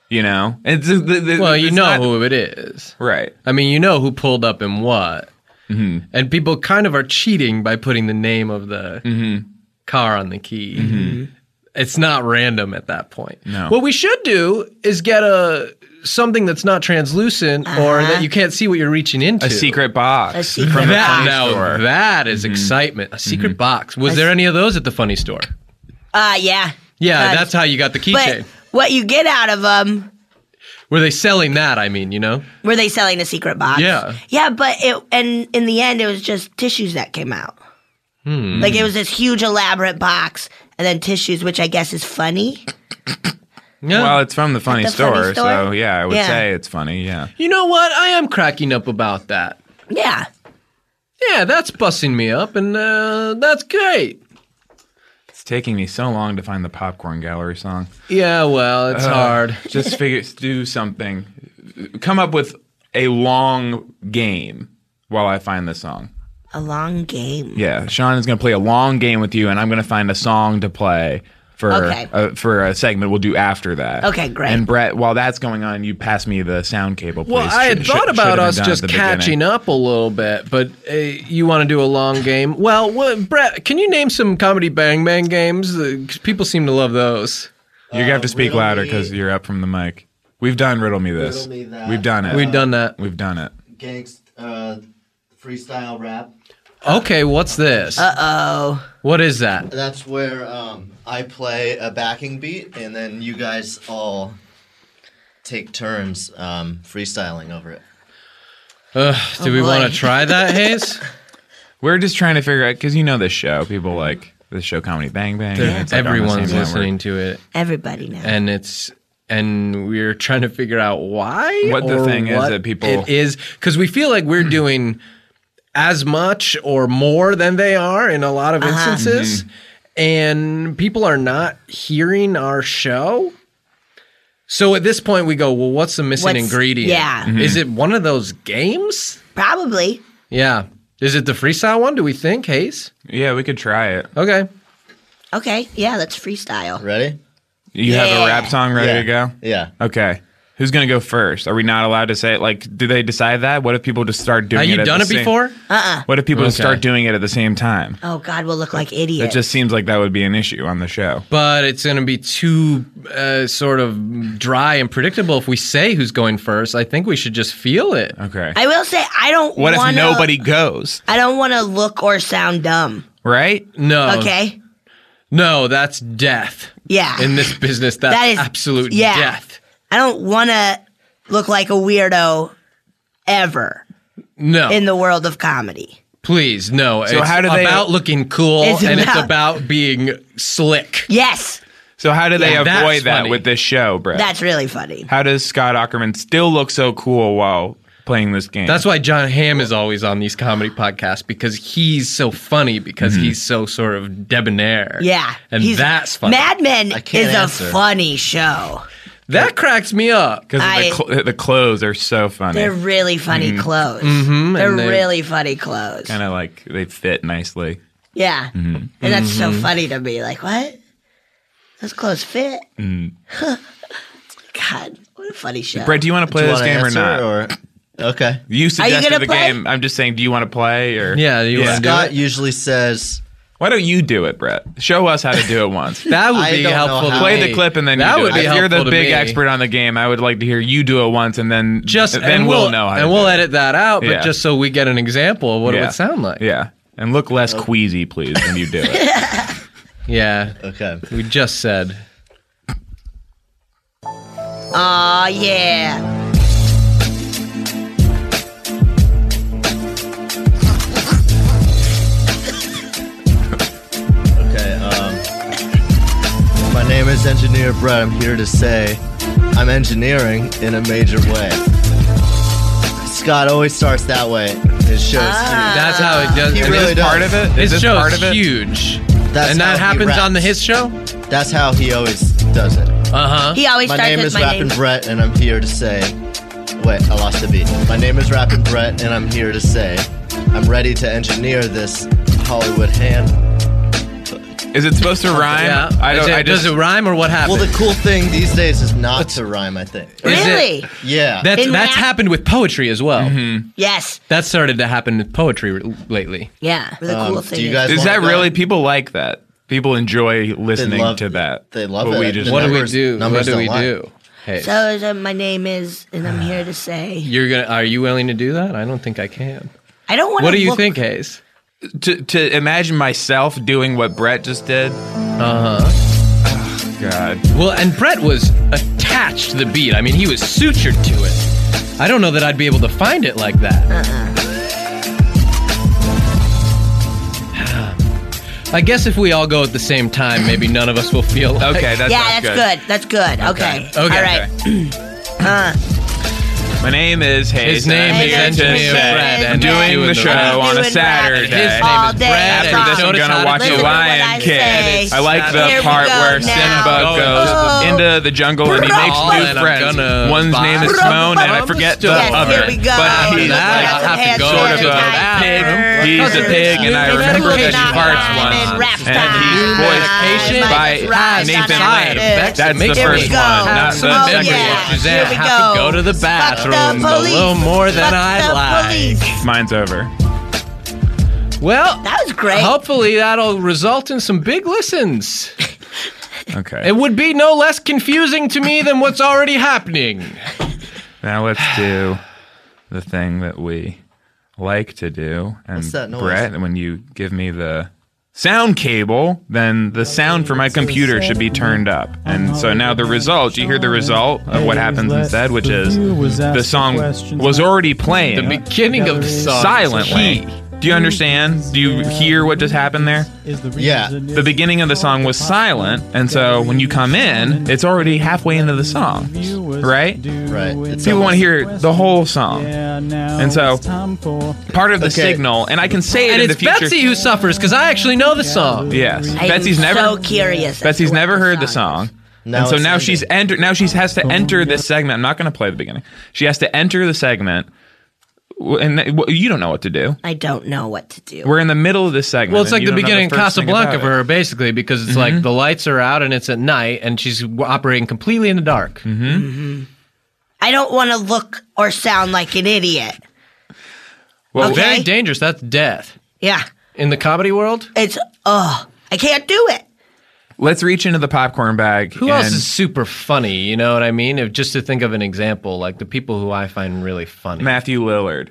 You know, it's, the, the,
Well, you
it's
know
not-
who it is.
right?
I mean, you know who pulled up and what.
Mm-hmm.
and people kind of are cheating by putting the name of the
Mm-hmm.
car on the key. It's not random at that point.
No.
What we should do is get a something that's not translucent or that you can't see what you're reaching into.
A secret box.
A secret
from
That,
a
now
store. Mm-hmm.
that is excitement. A secret box. Was there any of those at the funny store?
Uh, yeah.
Yeah,
Uh,
that's how you got the
But
keychain.
what you get out of them?
Were they selling that? I mean, you know,
Were they selling a secret box?
Yeah.
Yeah, but it and in the end, it was just tissues that came out.
Hmm.
Like it was this huge elaborate box, and then tissues, which I guess is funny.
yeah.
Well, it's from the funny,
the
store,
funny
so
store?
yeah, I would
Yeah.
say it's funny. Yeah,
you know what? I am cracking up about that.
Yeah.
Yeah, that's busting me up, and uh, that's great.
it's taking me so long to find the popcorn gallery song.
Yeah, well, it's
Uh,
hard.
Just figure, do something. Come up with a long game while I find the song.
A long game.
Yeah, Sean is going to play a long game with you, and I'm going to find a song to play for
Okay.
uh, for a segment we'll do after that.
Okay, great.
And Brett, while that's going on, you pass me the sound cable, please.
Well, I had
Should-
thought
should-
about
should've been
us
done at
just
the beginning.
catching up a little bit, but uh, you want to do a long game. Well, what, Brett, can you name some comedy bang bang games? Uh, 'cause people seem to love those.
You're gonna have to speak
Riddle
louder
me-
because you're up from the mic. We've done riddle me this.
Riddle me that.
We've done it.
We've done that.
We've done it.
Gangst, uh, freestyle rap.
Okay, what's this? Uh oh. What is that?
That's where um, I play a backing beat, and then you guys all take turns um, freestyling over it.
Ugh, do
Oh,
we
boy.
want to try that, Hayes?
We're just trying to figure out because you know this show. People like this show, comedy Bang Bang. and it's, like, on the
Everyone's
same network.
listening to it,
Everybody now.
and it's and we're trying to figure out why
What the
or
thing is
what
that people-
it is because we feel like we're doing as much or more than they are in a lot of
Uh-huh.
instances
Mm-hmm.
and people are not hearing our show so at this point we go well what's the missing
What's-
ingredient
yeah.
Mm-hmm.
is it one of those games
Probably.
yeah is it the freestyle one do we think hayes
Yeah, we could try it.
okay
Okay. Yeah, that's freestyle.
Ready?
You have a
Yeah.
rap song ready to go.
Yeah.
Okay. Who's gonna go first? Are we not allowed to say it? Like, do they decide that? What if people just start doing
have
it?
you
at
done
the
it
same-
before
What if people just
Okay.
start doing it at the same time?
Oh God, we'll look like
It
idiots.
just seems like that would be an issue on the show.
But it's going to be too uh, sort of dry and predictable if we say who's going first. I think we should just feel it.
Okay.
I will say I don't.
what
wanna,
if nobody goes?
I don't want to look or sound dumb.
Right?
No.
Okay.
No, that's death.
Yeah.
In this business, that's
That is-
absolute
yeah.
death.
I don't want to look like a weirdo ever
No.
in the world of comedy.
please, no. it's
how do they-
about looking cool
It's
and it's
about-
about being slick.
Yes,
So how do they
Yeah, that's
avoid that
funny.
with this show, Brett?
that's really funny.
how does Scott Ackerman still look so cool while playing this game?
That's why John Hamm is always on these comedy podcasts because he's so funny because
Mm-hmm.
he's so sort of debonair.
Yeah,
And
he's-
that's funny.
Mad Men
I
is
can't
a
answer.
funny show.
that cracks me up.
because
I-
the, cl- the clothes are so funny.
They're
They're
really
Mm-hmm.
funny clothes. They're really funny clothes.
kind of like they fit nicely.
yeah,
Mm-hmm.
and that's so funny to me. Like what? Those clothes fit. God, what a funny show.
Brett, do you want to play
Mm. Do you
this
wanna
game or
answer,
not?
or- okay.
you suggested
gonna
the
play?
game. I'm just saying, do you want to play or?
Yeah, you wanna do
Scott
it?
usually says,
Why don't you do it, Brett? Show us how to do it once.
That would
I
be
don't know
helpful. To
how.
Play
me.
the clip and then
that
you do
would
it.
be
if you're
helpful to
the big
me.
expert on the game, I would like to hear you do it once, and then
Just
then
and
we'll,
we'll
know how
and
to
we'll
do
edit that out, but
Yeah.
just so we get an example of what
it.
it
Yeah.
would sound like.
Yeah, and look less queasy, please, when you do it.
Yeah.
okay.
We just said.
Aw, yeah.
Okay. Um, my name is Engineer Brett. I'm here to say I'm engineering in a major way. Scott always starts that way. His show's
Ah.
That's how it does.
He
and
Uh, really
this-
does.
part of it.
His
is this
show
part
is
of it?
huge.
That's
and that
how he
happens on the
raps.
his show?
huge. That's how he always does it.
Uh huh.
He always
my
starts
name
with
is
my
Rappin'
name.
Brett, and I'm here to say. Wait, I lost the beat. My name is Rappin' Brett, and I'm here to say I'm ready to engineer this Hollywood hand.
Is it supposed to rhyme?
Yeah.
I
Is
don't.
it-
I just.
does it rhyme or what
Well,
happened?
the cool thing these days is not to rhyme, I think.
Is it-
Really?
Yeah.
that's
In
that's
rap-
happened with poetry as well.
Mm-hmm.
Yes.
That started to happen with poetry re- lately.
Yeah. The
Um,
cool thing.
do you
is-
guys
Is
wanna
that
go?
really people like that? People enjoy listening
love-
to that.
they love
But
it.
We just
The
What do we
numbers-
do? What
numbers
do
don't
we
lie.
do? Hey,
so uh, my name is, and I'm here to say,
you're gonna. Are you willing to do that? I don't think I can.
I don't want.
Uh,
What do you think, Hayes?
to to imagine myself doing what Brett just did. Uh
Uh-huh.
huh. God.
Well, and Brett was attached to the beat. I mean, he was sutured to it. I don't know that I'd be able to find it like that. I guess if we all go at the same time, maybe none of us will feel. Like,
Okay, that's
yeah, that's good. That's good. Okay.
Okay. Okay.
All right. Uh,
My name is Hayes.
His name
I'm
is
here to
Antonio
say
Brett,
I'm
and I'm
doing
doing the
the show
rap.
on a
Doing rap.
Saturday.
His name
All
is
day
Brett.
long.
After this, I'm
I'm gonna watch
Listen
the
to what I
Lion
say.
King. I like the
Here we
part
go
where
now.
Simba goes
Oh.
into the jungle and he makes
Oh,
new
and I'm gonna
friends. One's
buy-
name is Simone, and I forget the
Yes,
other.
here we go.
But he's
Look at
like
that. I'll have to go
sort
to
of
the
a
bathroom.
pig. He's a pig, and I
You're
remember
medical
that
not
he parts
rhyme and
once,
rap
and
style.
he's
Medication
voiced by
Right,
Nathan
right,
Lane.
right.
That's
Here
the
we
first
go.
one, not
Oh,
the second
yeah.
one.
Suzanne,
Here we
have to
go.
go to the
Fuck the
bathroom a
police.
little more than
Fuck the
I like.
police.
Mine's over.
Well,
That was great.
Hopefully, that'll result in some big listens.
Okay.
It would be no less confusing to me than what's already happening.
Now let's do the thing that we like to do. And
What's that noise?
Brett, when you give me the sound cable, then the sound for my computer should be turned up. And so now the result, you hear the result of what happens instead, which is the song was already
The
playing
beginning of the song. is
silently.
key.
Do you understand? Do you hear what just happened there?
Yeah.
The beginning of the song was silent, and so when you come in, it's already halfway into the song, right?
Right. It's
People want
almost-
to hear the whole song. And so, part of the
Okay.
signal, and I can say it
And
in
it's
the future.
Betsy who suffers because I actually know the song.
Yes,
I'm
Betsy's never.
so curious. as
Betsy's
to what
never heard the
is.
song.
Now
and so
it's
now
ending.
she's enter. Now she's has to enter this segment. I'm not going to play the beginning. She has to enter the segment, w- and th- w- you don't know what to do.
I don't know what to do.
We're in the middle of this segment.
Well, it's
and
like
you
the
don't know
beginning of
first thing
Casablanca
about
for
it. Mm-hmm.
her, basically, because it's like the lights are out and it's at night and she's w- operating completely in the dark.
Mm-hmm.
I don't want to look or sound like an idiot.
Well,
Okay.
Very dangerous. That's death.
Yeah.
In the comedy world,
It's, oh, I can't do it.
let's reach into the popcorn bag.
who
and
else is super funny? You know what I mean? If, just to think of an example, like the people who I find really funny.
Matthew Lillard?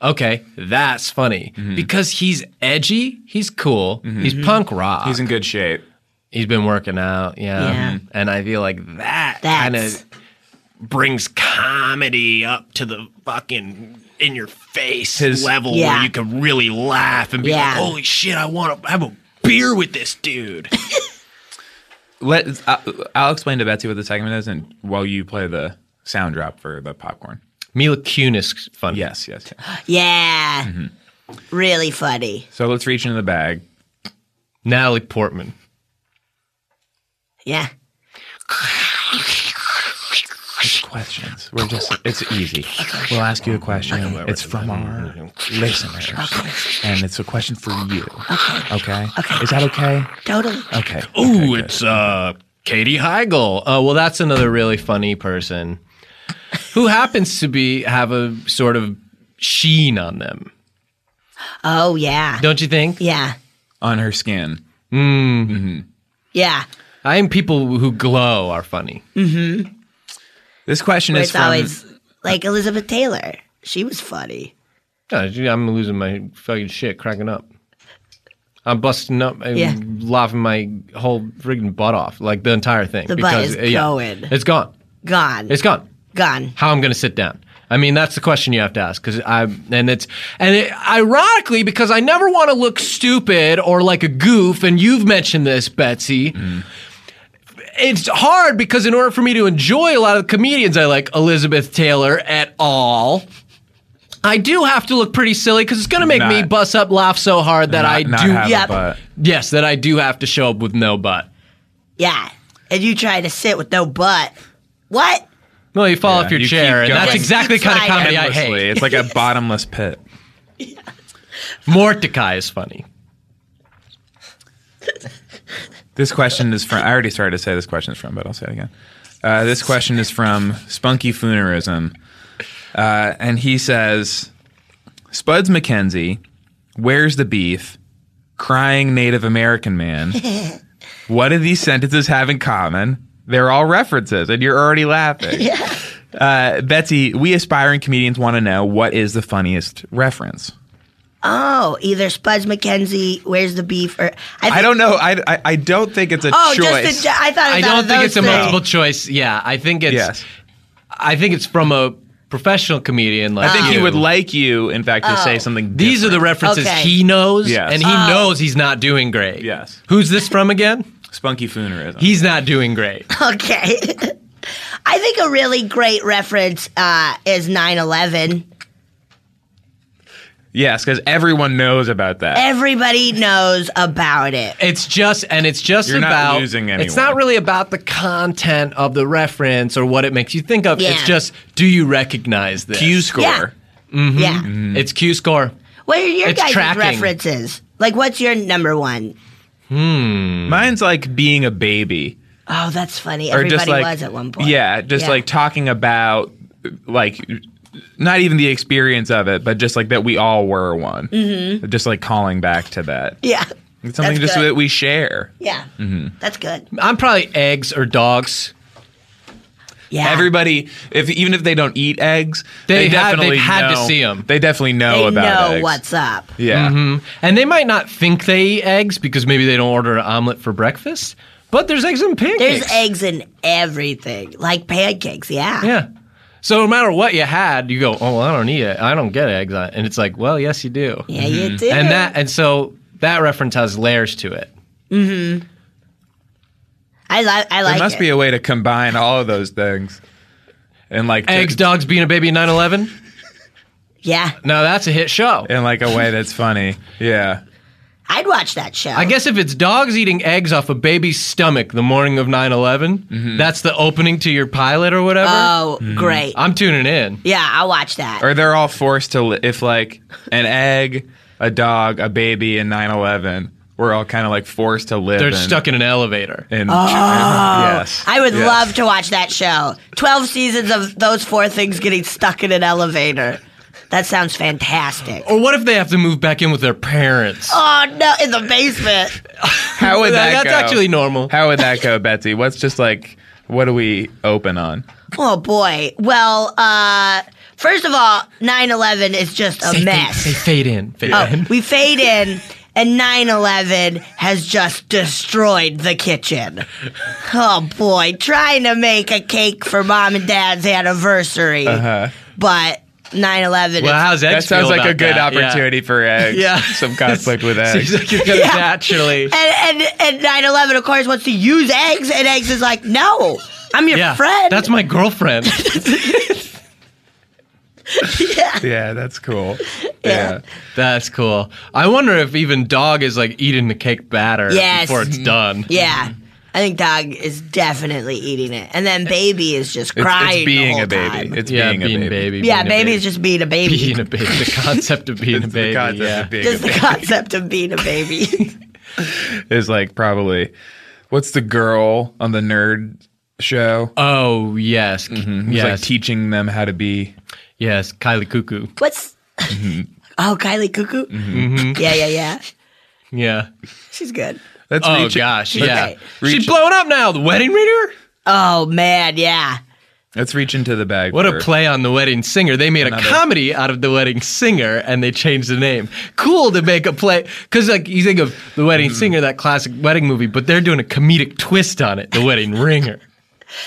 Okay, that's funny
Mm-hmm.
because he's edgy. He's cool. He's punk rock.
He's in good shape.
he's been working out. Yeah.
Yeah.
And I feel like that kind
That's.
of brings comedy up to the fucking in your face
His-
level
Yeah.
where you can really laugh and be
Yeah.
like, holy shit, I want to have a beer with this dude.
Let I, I'll explain to Betsy what the segment is, and while you play the sound drop for the popcorn.
Mila Kunis funny.
Yes, yes. yes.
Yeah.
Mm-hmm.
Really funny.
So let's reach into the bag.
Natalie Portman.
Yeah.
It's questions. We're just. It's easy. We'll ask you a question. It's from our listeners, and it's a question for you. Okay. Okay. Is that okay?
Totally.
Okay.
Ooh, it's uh, Katie Heigl. Uh, well, that's another really funny person who happens to be have a sort of sheen on them.
Oh, yeah.
Don't you think?
Yeah.
On her skin.
Yeah.
I think people who glow are funny.
This question
Where
is
it's
from.
always like Elizabeth Taylor. She was funny.
No, gee, I'm losing my fucking shit, cracking up. I'm busting up and
Yeah.
laughing my whole friggin' butt off, like the entire thing.
The butt is
uh, yeah,
going.
It's gone.
Gone.
It's gone.
Gone.
how I'm going to sit down. I mean, that's the question you have to ask because I and it's and it, ironically because I never want to look stupid or like a goof. And you've mentioned this, Betsy.
Mm-hmm.
It's hard because in order for me to enjoy a lot of comedians, I like Elizabeth Taylor at all. I do have to look pretty silly because it's going to make me
Not-
bust up, laugh so hard that
not,
I
not
do.
have a
Yep.
butt.
Yes, that I do have to show up with no butt.
Yeah. And you try to sit with no butt. What?
Well, you fall
Yeah,
off your
you keep
chair, and
going.
that's
Just
exactly the
keep
kind of comedy
sliding.
I hate.
Endlessly. It's like a bottomless pit.
Mordecai is funny.
This question is from. I already started to say this question is from, but I'll say it again. Uh, this question is from Spunky Funerism, uh, and he says, "Spuds McKenzie, where's the beef? Crying Native American man. what do these sentences have in common? They're all references, and you're already laughing." Uh, Betsy, we aspiring comedians want to know what is the funniest reference.
Oh, either Spuds McKenzie, where's the beef, or
I don't know. I, I, I don't think it's a
Oh,
choice.
just the, ju- I thought. It was
I
out
don't
of
think
those
it's a
three.
multiple choice. Yeah, I think it's.
yes.
I think it's from a professional comedian. Like
I think he
you.
would like you, in fact, to
Oh.
say something.
These are the
different.
references
Okay. Uh,
he knows,
Yes.
and he knows he's not doing great.
Yes.
Who's this from again?
spunky funerism.
He's not doing great.
Okay. I think a really great reference uh, is 9 11.
yes, because everyone knows about that.
Everybody knows about it.
It's just, and it's just
You're not
about.
losing
It's
anyone.
not really about the content of the reference or what it makes you think of.
Yeah.
It's just, do you recognize this?
Q score. Mm-hmm.
Yeah. Yeah.
It's Q score.
What are your
It's
guys'
tracking.
references? Like, what's your number one?
Mine's like being a baby,
Oh, that's funny.
or
Everybody
just like
was at one point.
Yeah, just
Yeah.
like talking about like not even the experience of it, but just like that we all were one. Mm-hmm. Just like calling back to that.
Yeah.
It's something
That's
just
good.
that we Mm-hmm. share.
Yeah. That's good.
I'm probably eggs or dogs.
Yeah.
Everybody, if even if they don't eat eggs,
They
they,
ha- they've
definitely
had to
know-
see 'em. Mm-hmm.
They definitely know
they
about
know
eggs.
what's up.
yeah.
And they might not think they eat eggs because maybe they don't order an omelet for breakfast, but there's eggs and pancakes.
There's eggs in everything, like pancakes. Yeah.
Yeah. So no matter what you had, you go, oh, well, I don't eat it. I don't get eggs. on it." And it's like, well, yes, you do.
Yeah,
Mm-hmm.
you do.
And that, and so that reference has layers to it.
I like. I like.
There must
it.
be a way to combine all of those things. And like to-
Eggs, dogs, being a baby, 9/11.
yeah,
Now that's a hit show.
in like a way that's funny. Yeah.
I'd watch that show.
I guess if it's dogs eating eggs off a baby's stomach the morning of 9/11, that's the opening to your pilot or whatever.
Mm-hmm. Oh, great.
I'm tuning in.
yeah, I'll watch that.
Or they're all forced to li- if like an egg, a dog, a baby and 9/11, we're all kind of like forced to live
They're
in,
stuck in an elevator.
in yes.
Oh, I would
yes.
love to watch that show. 12 seasons of those four things getting stuck in an elevator. That sounds fantastic.
Or what if they have to move back in with their parents?
Oh, no, in the basement.
How would that
that's
go?
actually normal.
How would that go, Betsy? What's just like what do we open on?
Oh, boy. Well, uh, first of all, 9 11 is just a
They
mess.
Fade, they fade in. Fade
Oh,
in.
we fade in, and 9 11 has just destroyed the kitchen. Oh, boy. Trying to make a cake for mom and dad's anniversary, but 9 11
Well,
is
how's
That
eggs
sounds
feel
like a
about
good
that? Yeah.
opportunity for eggs.
Yeah.
Some conflict with eggs.
Seems like you're gonna
Yeah.
naturally.
And and and 9/11, of course, wants to use eggs, and eggs is like, no, I'm your
Yeah,
friend.
that's my girlfriend.
Yeah, that's cool.
Yeah.
that's cool. I wonder if even dog is like eating the cake batter
Yes. Mm-hmm.
before it's done.
yeah. I think dog is definitely eating it, and then baby is just
It's,
crying.
it's being
the whole
a baby.
time.
It's
Yeah,
being, a baby.
yeah,
being a
baby, is just being a baby.
being a baby. The concept of being a
It's
baby.
the concept
yeah.
of being
just
a
the
baby
concept of being a baby.
is like probably what's the girl on the nerd show?
Oh yes,
Who's
yes,
Mm-hmm. like teaching them how to be
yes. Kylie Cuckoo.
What's
Mm-hmm.
oh Kylie Cuckoo? Yeah, yeah, yeah.
Yeah.
She's good.
that's
Oh
reaching
gosh.
She's
Yeah.
great.
She's blowing up now. The wedding reader.
Oh man, yeah.
let's reach into the bag.
What a
for-
play on the wedding singer. They made
Another-
a comedy out of the wedding singer and they changed the name. Cool to make a play cuz like you think of the wedding
Mm-hmm.
singer that classic wedding movie, but they're doing a comedic twist on it, the wedding ringer.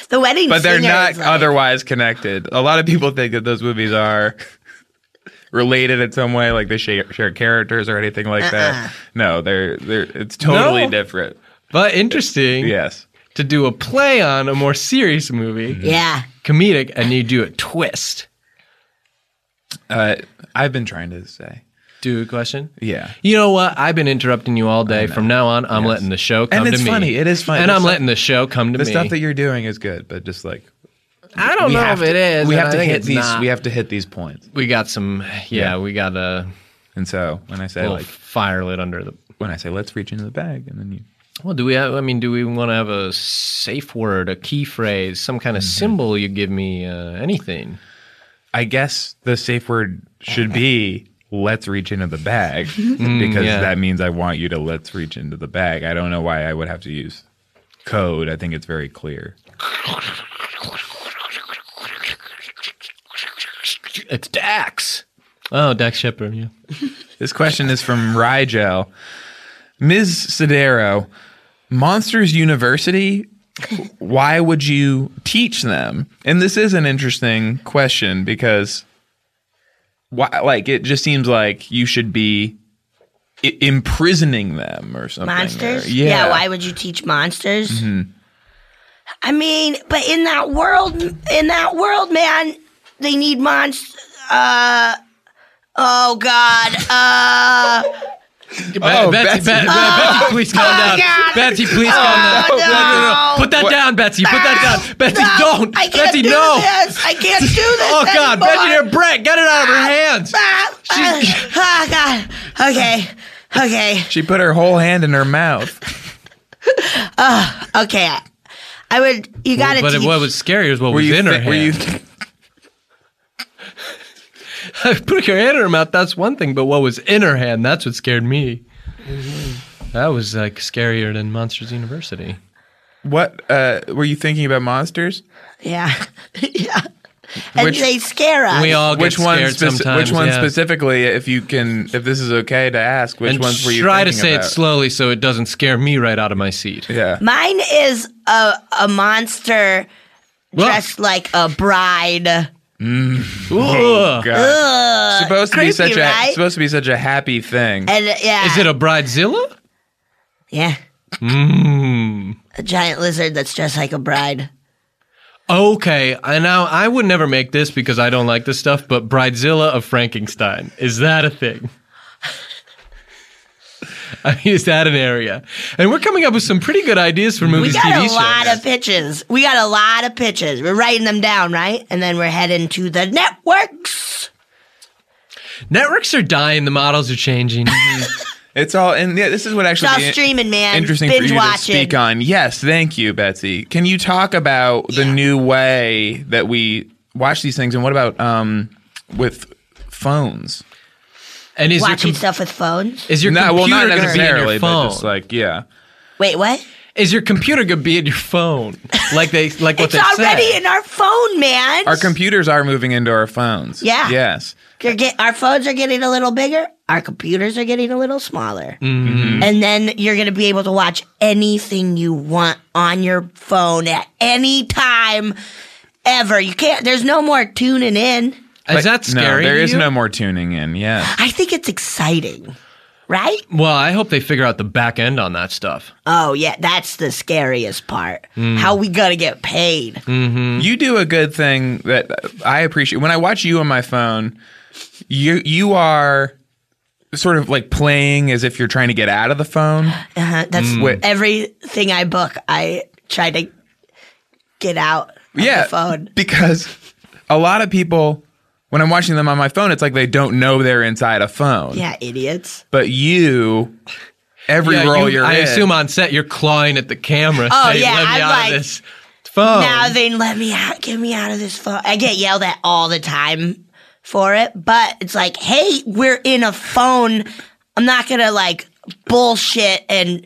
The wedding,
But they're
Singer
not
is like-
otherwise connected. A lot of people think that those movies are related in some way, like they share, share characters or anything like
Uh-uh.
that. No, they're they're it's totally
No.
different.
But interesting
Yes.
to do a play on a more serious movie,
Mm-hmm.
Yeah,
comedic and you do a twist.
Uh, I've been trying to say.
Do a question?
Yeah.
You know what? I've been interrupting you all day. From now on, I'm letting the show come
it's
to me.
funny. It is funny.
And
The
I'm
stuff-
letting the show come to
The
me.
stuff that you're doing is good, but just like
I don't
we
know
have
if it
to-
is.
We
and
have
I
to
think
hit
it's
these
not.
we have to hit these points.
we got some. Yeah, we got a
And so when I say
little
like
fire lit under the.
when I say let's reach into the bag and then you
Well, do we have, I mean, do we want to have a safe word, a key phrase, some kind of symbol you give me, uh, anything?
I guess the safe word should be let's reach into the bag because
yeah.
that means I want you to let's reach into the bag. I don't know why I would have to use code. I think it's very clear.
It's Dax. Oh, Dax Shepard, yeah.
This question is from Rigel. Ms. Sidero, Monsters University, why would you teach them? And this is an interesting question because why like it just seems like you should be I- imprisoning them or something. or-
Monsters?
yeah.
Why would you teach monsters?
Mm-hmm.
I mean, but in that world, in that world, man, they need monsters. Uh, oh God. Uh,
Oh,
Be- Betsy, Be-
Betsy.
Be- Betsy, please calm down.
Oh God.
Betsy, please calm down.
Oh,
No, no, no.
no.
Put that
What?
down, Betsy. Put that down. Betsy,
no,
don't.
Uh, I can't
Betsy,
do
no.
This. I can't do this.
Oh, God.
anymore.
Betsy, they're Brett. Get it out of her hands.
Ah, ah, ah, God. Okay. Okay.
She put her whole hand in her mouth.
Okay. I, I would. You got to
But
teach.
what was scarier is what
Were
was
you
in her
thi-
hand.
were you
Put your hand in her mouth, that's one thing, but what was in her hand, that's what scared me. That was like scarier than Monsters University.
what uh were you thinking about monsters?
yeah. yeah. And
Which-
they scare us.
We all get
which one
scared
speci-
sometimes.
which one
yeah.
specifically if you can if this is okay to ask which
And
ones were you
try to
thinking
say
about?
it slowly so it doesn't scare me right out of my seat.
yeah
Mine is a a monster
Oh.
dressed like a bride. Oh,
Ugh.
God. supposed to be
creepy,
such a
right?
supposed to be such a happy thing
And uh, yeah.
Is it a bridezilla?
Yeah. A giant lizard that's dressed like a bride.
Okay, I now I would never make this because I don't like this stuff, but Bridezilla of Frankenstein. Is that a thing? I mean, is that an area? And we're coming up with some pretty good ideas for
We
movies,
got
TV
a
shows.
lot of pitches. We got a lot of pitches. We're writing them down, right? And then we're heading to the networks.
Networks are dying. The models are changing.
it's all and yeah this is what
It's
actually
all
be
streaming, man.
interesting
Binge
for you
watching.
to speak on yes thank you betsy can you talk about the new way that we watch these things and what about um with phones
and is your
Watching
com-
stuff with phones.
is your
No, well,
computer
not
going to be in
necessarily
your
but
phone?
just like yeah
Wait, what?
is your computer going to be in your phone? Like they like what
It's
they
already
said.
in our phone, man.
our computers are moving into our phones
Yeah.
yes
They're get, our phones are getting a little bigger. Our computers are getting a little smaller. And then you're going to be able to watch anything you want on your phone at any time ever. You can't, there's no more tuning in.
Is that scary?
no there
to
is
you?
no more tuning in yes
I think it's exciting, right?
Well, I hope they figure out the back end on that stuff.
Oh, yeah, that's the scariest part. How we going to get paid?
Mm-hmm.
You do a good thing that I appreciate. When I watch you on my phone, you you are sort of like playing as if you're trying to get out of the phone.
Uh-huh. That's
Wait.
everything I book. I try to get out of the phone.
because a lot of people when I'm watching them on my phone, it's like they don't know they're inside a phone.
Yeah, idiots.
But you, every
Yeah,
role
you-
you, are
I
in,
assume on set you're clawing at the camera.
Oh,
saying,
yeah,
Let me
I'm
out
like,
of this phone.
Oh.
Now they let me out, get me out of this phone. I get yelled at all the time for it, but it's like, hey, we're in a phone. I'm not gonna like bullshit and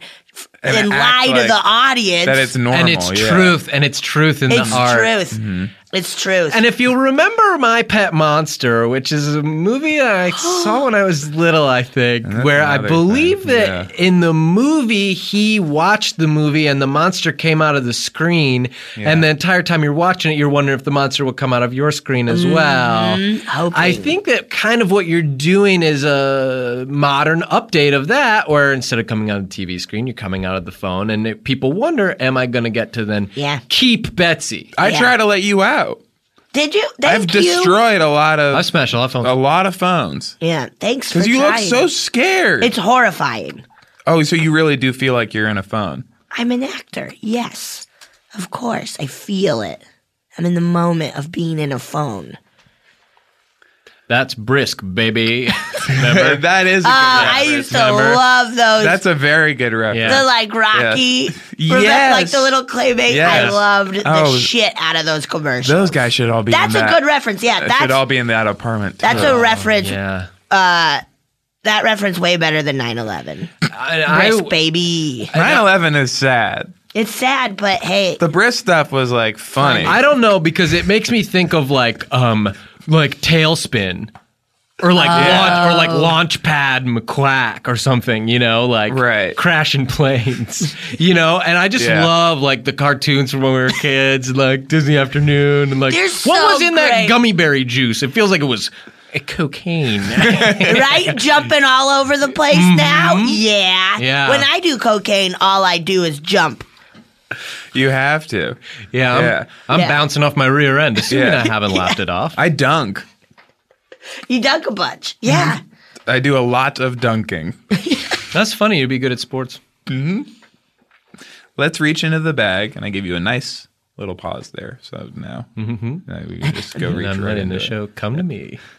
and,
act
lie to
like
the audience.
that it's normal.
and it's
yeah.
truth, and it's truth in
it's
the art.
truth.
Mm-hmm.
It's truth.
And if you remember My Pet Monster, which is a movie I saw when I was little, I think, where I
another
believe
thing,
that in the movie, he watched the movie and the monster came out of the screen. And the entire time you're watching it, you're wondering if the monster will come out of your screen as well. I think that kind of what you're doing is a modern update of that, where instead of coming out of the TV screen, you're coming out of the phone. And it, people wonder, am I going to get to then
Yeah.
keep Betsy?
I
Yeah.
try to let you out.
Did you? Thank
I've
you.
destroyed a lot of
I smash a lot of phones.
a lot of phones
yeah, thanks for
because you look
trying.
so scared.
it's horrifying.
oh, so you really do feel like you're in a phone.
I'm an actor. Yes, of course. I feel it. I'm in the moment of being in a phone.
That's brisk, baby. Remember?
that is. A good
Oh, I
reference,
used to
remember?
love those.
That's a very good reference.
the like Rocky,
Yeah.
remember, like
Yes.
the little claymate. I
Yes.
loved the
Oh.
shit out of those commercials.
Those guys should all be.
That's
in
a
that.
good reference. Yeah,
That should
that's
all be Oh, in that apartment.
that's
too.
a reference.
yeah.
That reference way better than 9/11.
I,
Brisk
I,
baby.
9/11 is sad.
It's sad, but hey,
The Brisk stuff was like funny.
I don't know because it makes me think of like um like Tailspin or like launch, or like Launchpad McQuack or something, you know, like
Right.
crashing planes, you know. And I just
Yeah.
love like the cartoons from when we were kids, like Disney Afternoon and like
They're
what
so
was in
great.
that gummy berry juice? It feels like it was a cocaine.
right? Jumping all over the place
Mm-hmm.
now. Yeah.
Yeah.
When I do cocaine, all I do is jump.
you have to.
yeah, I'm,
Yeah.
I'm
Yeah.
bouncing off my rear end, assuming
Yeah.
I haven't laughed it off.
I dunk.
You dunk a bunch. Yeah.
I do a lot of dunking.
That's funny. You'd be good at sports.
Let's reach into the bag, and I give you a nice little pause there. So now,
Mm-hmm.
now we can just go reach
I'm
right
running
into
the
it.
show. Come to me.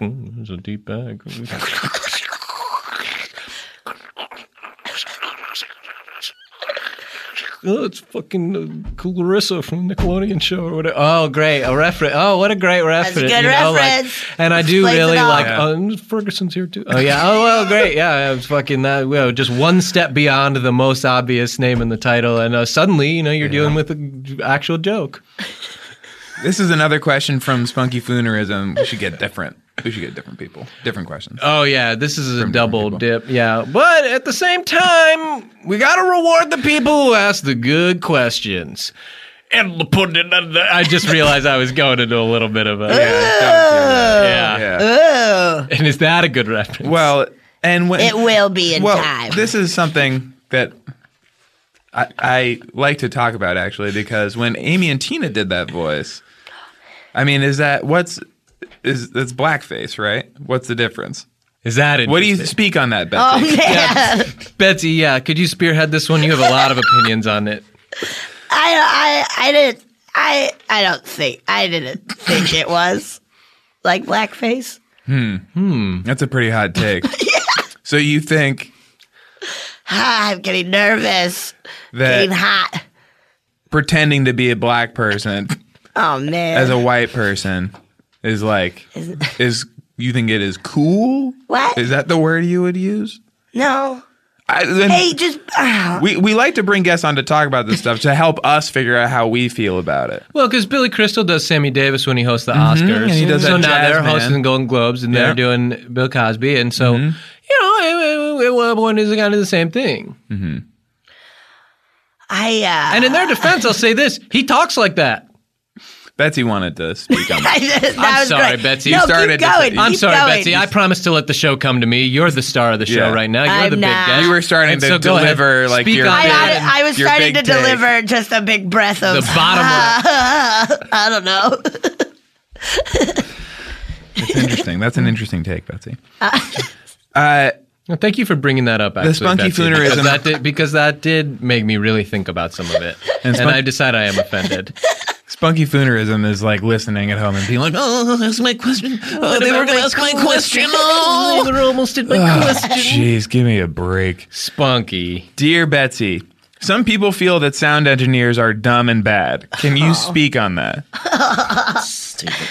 Mm, There's a deep bag. Oh, it's fucking uh, Clarissa from the Nickelodeon show or whatever. Oh, great, a reference. Oh, what a great reference.
a good
you know, like-
reference.
and I do
Explains it
really
all.
like.
Yeah.
Oh, Ferguson's here too. Oh yeah. Oh well, great. Yeah, it's fucking that. Well, just one step beyond the most obvious name in the title, and uh, suddenly you know you're dealing with an actual joke.
This is another question from Spunky Foonerism. We should get different. We should get different people, different questions.
Oh yeah, this is a
different
double
people.
dip. Yeah, but at the same time, we gotta reward the people who ask the good questions. And the pudding. and the- I just realized I was going into a little bit of a
Uh,
Yeah,
yeah.
don't do that. Yeah.
Ooh.
And is that a good reference?
Well, and when
It will be in
well,
time.
this is something that I, I like to talk about actually because when Amy and Tina did that voice, I mean, is that what's is that's blackface, right? What's the difference?
is that it?
What do you speak on that, Betsy?
oh man.
Betsy? Yeah, could you spearhead this one? You have a lot of opinions on it.
I I I didn't I I don't think I didn't think it was like blackface.
That's a pretty hot take. So you think
Ah, I'm getting nervous.
Uh,
that
Getting hot.
pretending to be a black person
Oh man.
as a white person is like is you think it is cool?
What?
Is that the word you would use?
no.
I, then-
Hey, just ah,
We, we like to bring guests on to talk about this stuff to help us figure out how we feel about it.
Well, because Billy Crystal does Sammy Davis when he hosts the Oscars,
Mm-hmm, and he does
so
that
now
jazz
they're
band.
hosting the Golden Globes and
Yeah. Mm-hmm.
they're doing Bill Cosby, and so you know, it- it- it- one is kind of the same thing.
I uh
And in their defense, I'll say this: he talks like that.
Betsy wanted to speak on that.
that
I'm
was
sorry,
great.
Betsy.
No,
You
started
keep
to say-
going.
I'm
keep
sorry,
going.
Betsy. I promised to let the show come to me. You're the star of the show
Yeah.
right now. You're
I'm
the big
not.
guest.
You were starting
And
to
so go ahead.
deliver, like,
Speak
your
on
I,
it.
bit.
I, I was
Your
starting
big
to
take.
deliver just a big breath of
the bottom of it.
I don't know.
That's interesting. That's
Mm.
an interesting take, Betsy. Uh,
Well, thank you for bringing that up. Actually,
spunky
Betsy,
foonerism-
because that did because that did make me really think about some of it, and,
spunk-
I decide I am offended.
spunky Foonerism is like listening at home and being like, oh, that's my question. Oh, they were going to ask my question. Oh,
They're almost at my question.
jeez, give me a break.
Spunky.
Dear Betsy, some people feel that sound engineers are dumb and bad. Can
Oh.
you speak on that?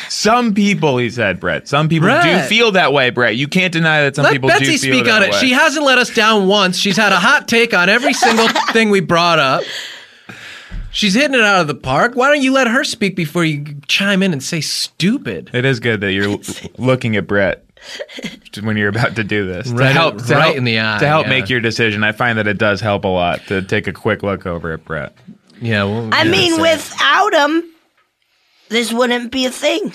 some people, he said, Brett. Some people do
Brett.
feel that way, Brett. You can't deny that some
Let
people
Betsy
do feel
speak
that
on it.
way.
She hasn't let us down once. She's had a hot take on every single thing we brought up. She's hitting it out of the park. Why don't you let her speak before you chime in and say stupid?
it is good that you're l- looking at Brett when you're about to do this.
Right-
to help, to
right
help-
in the eye,
To help
yeah.
make your decision, I find that it does help a lot to take a quick look over at Brett.
Yeah. Well,
I
yeah,
mean,
that's it.
without him, this wouldn't be a thing.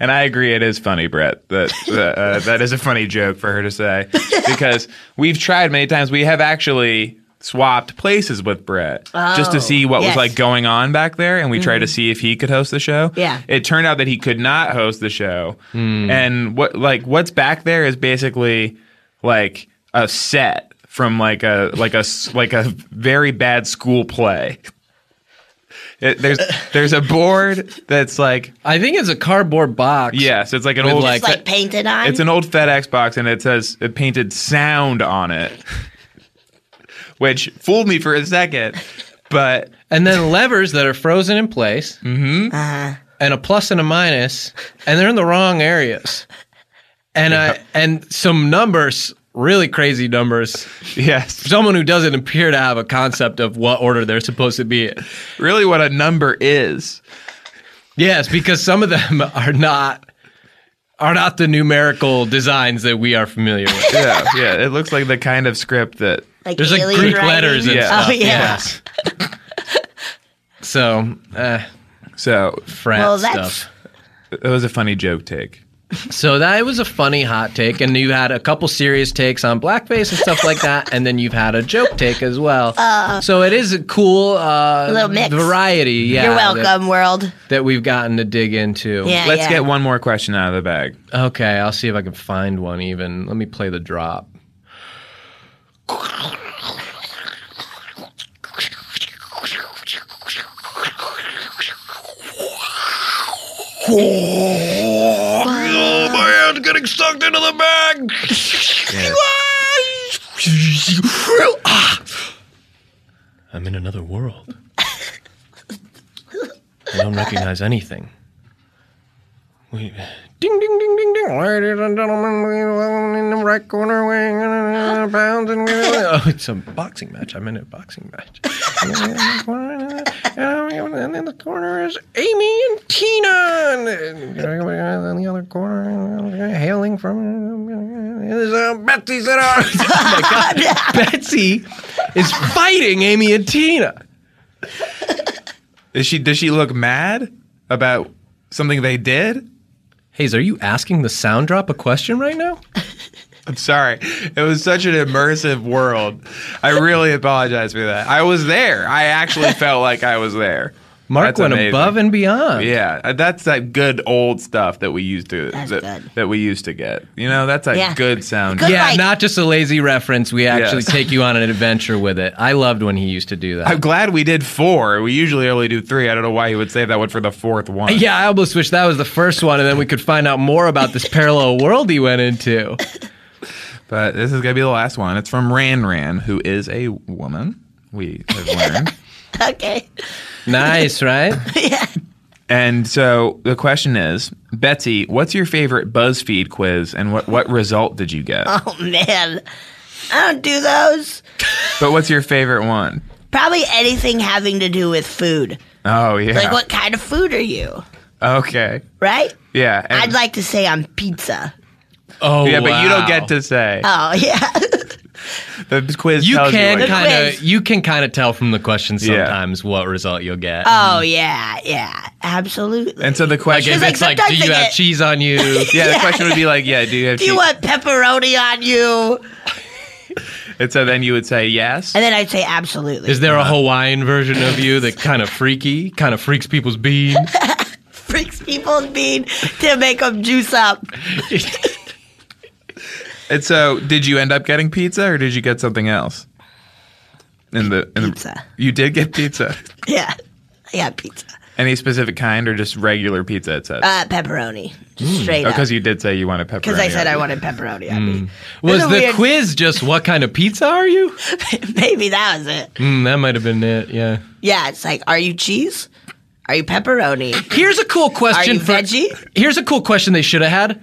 And I agree, it is funny, Brett. That that, uh, that is a funny joke for her to say because we've tried many times. We have actually swapped places with Brett just
Oh,
to see what
yes. Mm-hmm.
was like going on back there, and we tried to see if he could host the show.
Yeah.
it turned out that he could not host the show, and what like what's back there is basically like a set. from like a like a s- like a very bad school play. It, there's there's a board that's like
I think it's a cardboard box.
yes, it's like an
With
old
like-
It's like painted on.
it's an old FedEx box and it says it painted sound on it, which fooled me for a second. But
And then levers that are frozen in place. Mm-hmm.
Uh-huh.
And a plus and a minus, and they're in the wrong areas. And I and some numbers, really crazy numbers.
yes,
Someone who doesn't appear to have a concept of what order they're supposed to be in.
really, what a number is.
Yes, because some of them are not are not the numerical designs that we are familiar with.
Yeah, yeah. It looks like the kind of script that
like
There's like
alien
Greek
writing.
letters and
Yeah.
stuff.
Oh yeah.
Yes. so, uh,
so
frat
Well, that's-
stuff.
That was a funny joke take.
So that was a funny hot take, and you had a couple serious takes on blackface and stuff like that, and then you've had a joke take as well. so it is a cool uh,
Uh, little mix.
variety. Yeah,
You're
that-
welcome, world.
That, we've gotten to dig into.
Yeah,
Let's
yeah.
get one more question out of the bag.
Okay, I'll see if I can find one. Even let me play the drop.
Oh, my hand's getting sucked into the bag.
I'm in another world. I don't recognize anything. We, ding, ding, ding, ding, ding. Ladies and gentlemen, we will in the right corner, we bounds and we Oh, it's a boxing match. I'm in a boxing match. and in the corner is Amy and Tina. And in the other corner, hailing from is uh, Betsy. Oh my God. Betsy is fighting Amy and Tina.
Is she does she look mad about something they did?
Hayes, are you asking the sound drop a question right now?
I'm sorry. It was such an immersive world. I really apologize for that. I was there. I actually felt like I was there.
Mark
That's
went
amazing.
above and beyond.
Yeah, uh, that's that good old stuff that we used to
That's
that,
good.
that we used to get. You know, that's a
Yeah.
good sound.
Good.
Yeah,
Like-
not just a lazy reference. We actually
Yes.
take you on an adventure with it. I loved when he used to do that.
I'm glad we did four. We usually only do three. I don't know why he would save that one for the fourth one.
yeah, I almost wish that was the first one, and then we could find out more about this parallel world he went into.
But this is gonna be the last one. It's from Ran Ran, who is a woman. We have learned.
Okay.
Nice, right?
and so the question is, Betsy, what's your favorite BuzzFeed quiz, and what what result did you get?
Oh man, I don't do those.
But what's your favorite one?
Probably anything having to do with food.
Oh yeah.
Like, what kind of food are you?
Okay.
Right?
Yeah. and-
I'd like to say I'm pizza.
Oh,
Yeah, but you don't
wow.
get to say.
Oh yeah.
the quiz
You
tells
can
you. what-
kind of
quiz.
you can kind of tell from the question
Yeah.
sometimes what result you'll get.
Oh yeah. Yeah. Absolutely.
and so the
like
question
if
It's like
it's like, do
sometimes
you
they
have
get-
cheese on you?
Yeah, the question would be like, yeah, do you have
do you
cheese?
want pepperoni on you?
and so then you would say yes.
And then I'd say absolutely.
Is there a Hawaiian version of you that kind of freaky, kind of freaks people's beans?
Freaks people's bean to make them juice up.
And so did you end up getting pizza or did you get something else? In the, in
Pizza.
The, you did get pizza.
Yeah. Yeah, pizza.
Any specific kind or just regular pizza? It says.
Uh, pepperoni. Just straight up.
because Hmm. Oh, you did say you wanted pepperoni.
Because I said I
on
wanted pepperoni on
Hmm.
me.
Was
That's
the
a weird-
quiz just what kind of pizza are you?
Maybe that was it.
Mm, that might have been it. Yeah.
Yeah, it's like, are you cheese? Are you pepperoni?
Here's a cool
Are
question
you
for.
veggie?
Here's a cool question they should have had.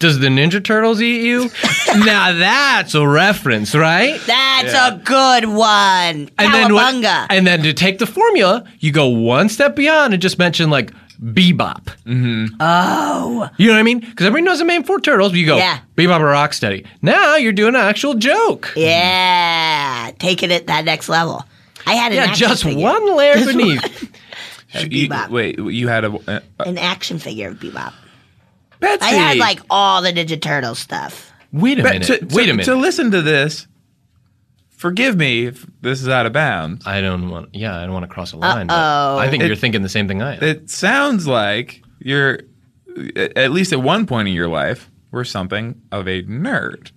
Does the Ninja Turtles eat you? now that's a reference, right?
That's a good one.
when-
Cowabunga.
and then to take the formula, you go one step beyond and just mention like bebop. Mm-hmm. Oh, you know what I mean? Because everybody knows the main four turtles. But you go
Yeah.
bebop or rocksteady. Now you're doing an actual joke.
yeah, taking it that next level. I had an
Yeah,
action
just
figure.
one layer beneath.
it. You-
Bebop.
wait, you had a. Uh, uh,
An action figure of Bebop.
Betsy.
I had like all the Ninja Turtle stuff.
Wait a
But
minute.
to, to-
Wait a minute.
To listen to this, forgive me if this is out of bounds.
I don't want. Yeah, I don't want to cross a line. but
Uh-oh.
I think
It-
you're thinking the same thing I am.
It sounds like you're, at least at one point in your life, were something of a nerd.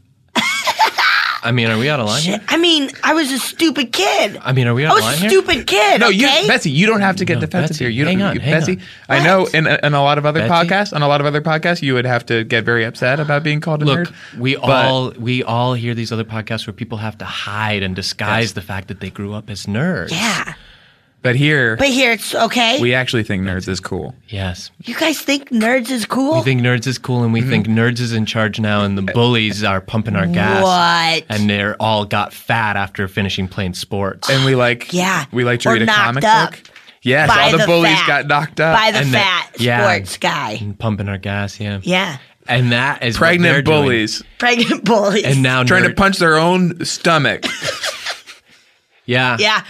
I mean, are we out of line?
Shit. I mean, I was a stupid kid.
I mean, are we
I
out of
was
line
a
here?
stupid kid.
No, you,
okay?
Betsy, you don't have to get
No,
defensive
Betsy,
here. You
hang
don't,
on,
you,
hang
Betsy.
on.
I know in, in a lot of other
Betsy?
podcasts, on a lot of other podcasts, you would have to get very upset about being called a
Look,
nerd.
we
but-
all we all hear these other podcasts where people have to hide and disguise the fact that they grew up as nerds.
yeah.
but here
But here it's okay.
we actually think nerds is cool.
Yes.
you guys think nerds is cool?
We think nerds is cool and we
Mm-hmm.
think nerds is in charge now and the bullies are pumping our gas.
What?
And they're all got fat after finishing playing sports.
and we like
Yeah.
we like to
Or
read a
knocked
comic
up.
book. Yes,
By
all the,
the
bullies
fat.
got knocked up.
By the
And the-
fat
yeah.
sports guy.
And pumping our gas, yeah.
Yeah.
And that is what they're
pregnant
doing.
bullies
Pregnant bullies.
And now
trying to
nerd-
punch their own stomach.
Yeah.
yeah.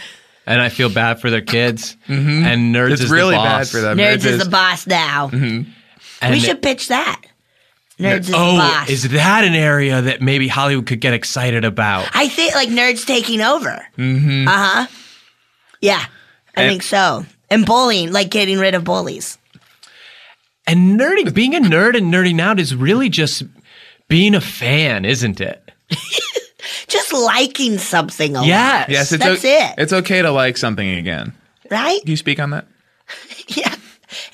And I feel bad for their kids. Mm-hmm. And nerds
it's
is
really
the boss.
bad for them.
Nerds
It's
is
just-
the boss now.
Mm-hmm. And
We
it-
should pitch that. Nerds is the
Oh,
boss.
is that an area that maybe Hollywood could get excited about?
I think like nerds taking over. Mm-hmm. Uh huh. Yeah, I
And-
think so. And bullying, like getting rid of bullies.
And nerdy, being a nerd and nerding out is really just being a fan, isn't it?
Just liking something a
Yes.
Yes, it's
That's
o-
it.
It's okay to like something again.
lot, right?
Do you speak on that?
Yeah.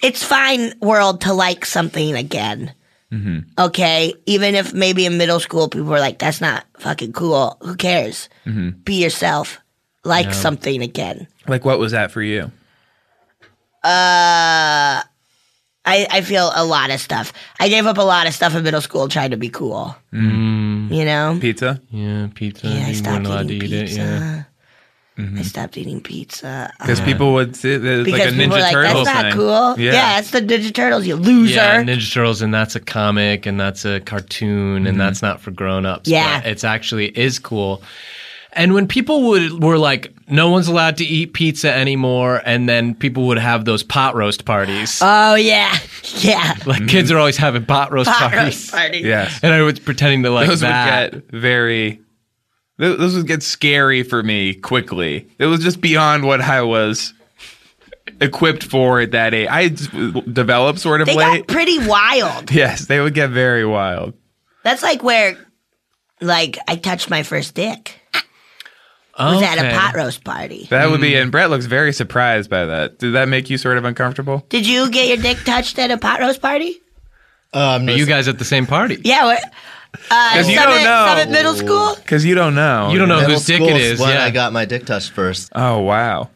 It's fine, world, to like something again.
Mm-hmm.
Okay. Even if maybe in middle school people were like, that's not fucking cool. Who cares?
Mm-hmm.
Be yourself. Like something again.
Like what was that for you?
I, I feel a lot of stuff. I gave up a lot of stuff in middle school trying to be cool. You know?
Pizza?
Yeah, pizza.
Yeah,
Mm.
I
you weren't
stopped
allowed to
eating
eat it.
pizza.
Yeah. Mm-hmm.
I stopped eating pizza. Uh,
Because people would see it as like a
because
Ninja
people were like,
Turtle
that's not
thing.
cool. Yeah.
Yeah.
that's the Ninja Turtles, you loser.
Yeah, Ninja Turtles, and that's a comic, and that's a cartoon,
Mm-hmm.
and that's not for grown-ups.
Yeah.
but it's actually is cool. And when people would were like, no one's allowed to eat pizza anymore, and then people would have those pot roast parties.
oh, yeah. Yeah.
like
Mm-hmm.
kids are always having pot roast
Pot
parties,
roast party.
Yes.
and I was pretending to like
those
that.
would get very th- those would get scary for me quickly it was just beyond what i was equipped for at that age i d- developed sort of
They
late
got pretty wild.
yes they would get very wild
That's like where, like, I touched my first dick. It was at
Okay.
a pot roast party.
that would be
Mm.
and brett looks very surprised by that did that make you sort of uncomfortable
Did you get your dick touched at a pot roast party?
Um,
Are you guys at the same party?
Yeah. what- Uh,
'Cause you
Summit,
don't know.
Summit Middle School?
because you don't know
You don't know
middle
whose dick
school
it
is
is.
When
Yeah,
I got my dick touched first.
oh wow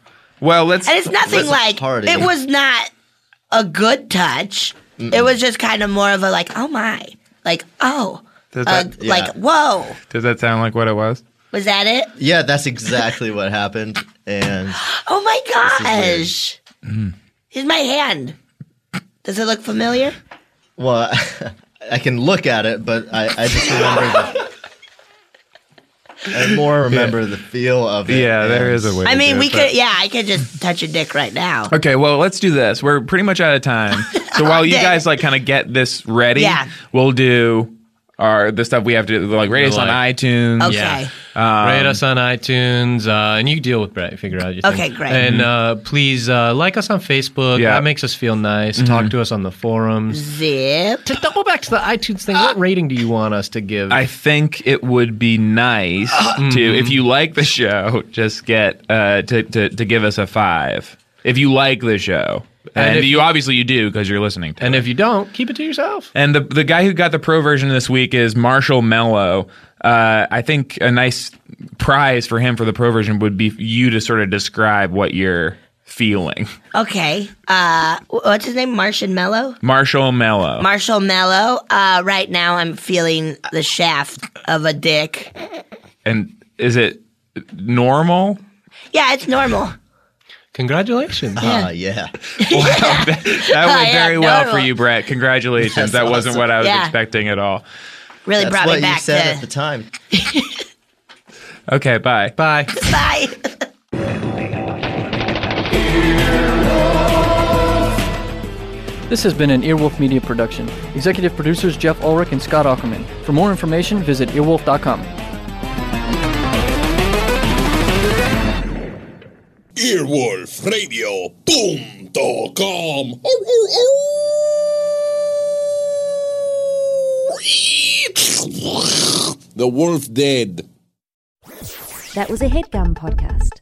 well let's
And it's nothing
That's a
like,
party.
it was not a good touch. It was just kind of more of a, like, oh my. Like, oh.
does
Uh,
that,
Like,
Yeah.
whoa.
does that sound like what it was
Was that it?
Yeah, that's exactly what happened. And
Oh my
weird.
gosh.
Mm-hmm.
Here's my hand. Does it look familiar?
well, I can look at it, but I, I just remember the. I more remember the feel of it.
yeah there
and-
is a way
I
to
mean,
do it,
we
but-
could, yeah, I could just touch your dick right now.
Okay, well, let's do this. We're pretty much out of time. So while you
Dang.
guys like kind of get this ready,
Yeah.
we'll do our the stuff we have to do, like rate us on
Like-
iTunes. Uh,
Okay.
Yeah. Rate us
Um,
on iTunes, uh, and you deal with Brett. Figure out your
Okay,
thing.
great.
And uh, please uh, like us on Facebook.
Mm-hmm. Yeah. Mm-hmm.
That makes us feel nice. Talk to us on the forums.
Zip.
To double back to the iTunes thing, what rating do you want us to give?
I think it would be nice to, if you like the show, just get uh, to, to to give us a five. If you like the show,
And
and,
if
you,
you-
obviously you do because you're listening. To
and
it.
if you don't, keep it to yourself.
And the the guy who got the pro version this week is Marshall Mello. Uh, I think a nice prize for him for the pro version would be you to sort of describe what you're feeling.
Okay. Uh, wh- what's his name? Martian Mellow?
Marshall Mello.
Marshall Mellow. Uh, right now I'm feeling the shaft of a dick.
and is it normal?
Yeah, it's normal.
Congratulations.
Ah, yeah.
That went
Yeah,
very well for
normal.
you, Brett. Congratulations. that wasn't what I was
Yeah.
expecting at all.
Really
That's
brought
what
me
you
back
said at the
to.
time.
Okay, bye.
Bye.
Bye.
This has been an Earwolf Media production. Executive producers Jeff Ulrich and Scott Ackerman. For more information, visit earwolf.com.
Earwolfradio.com. The wolf dead.
That was a headgum podcast.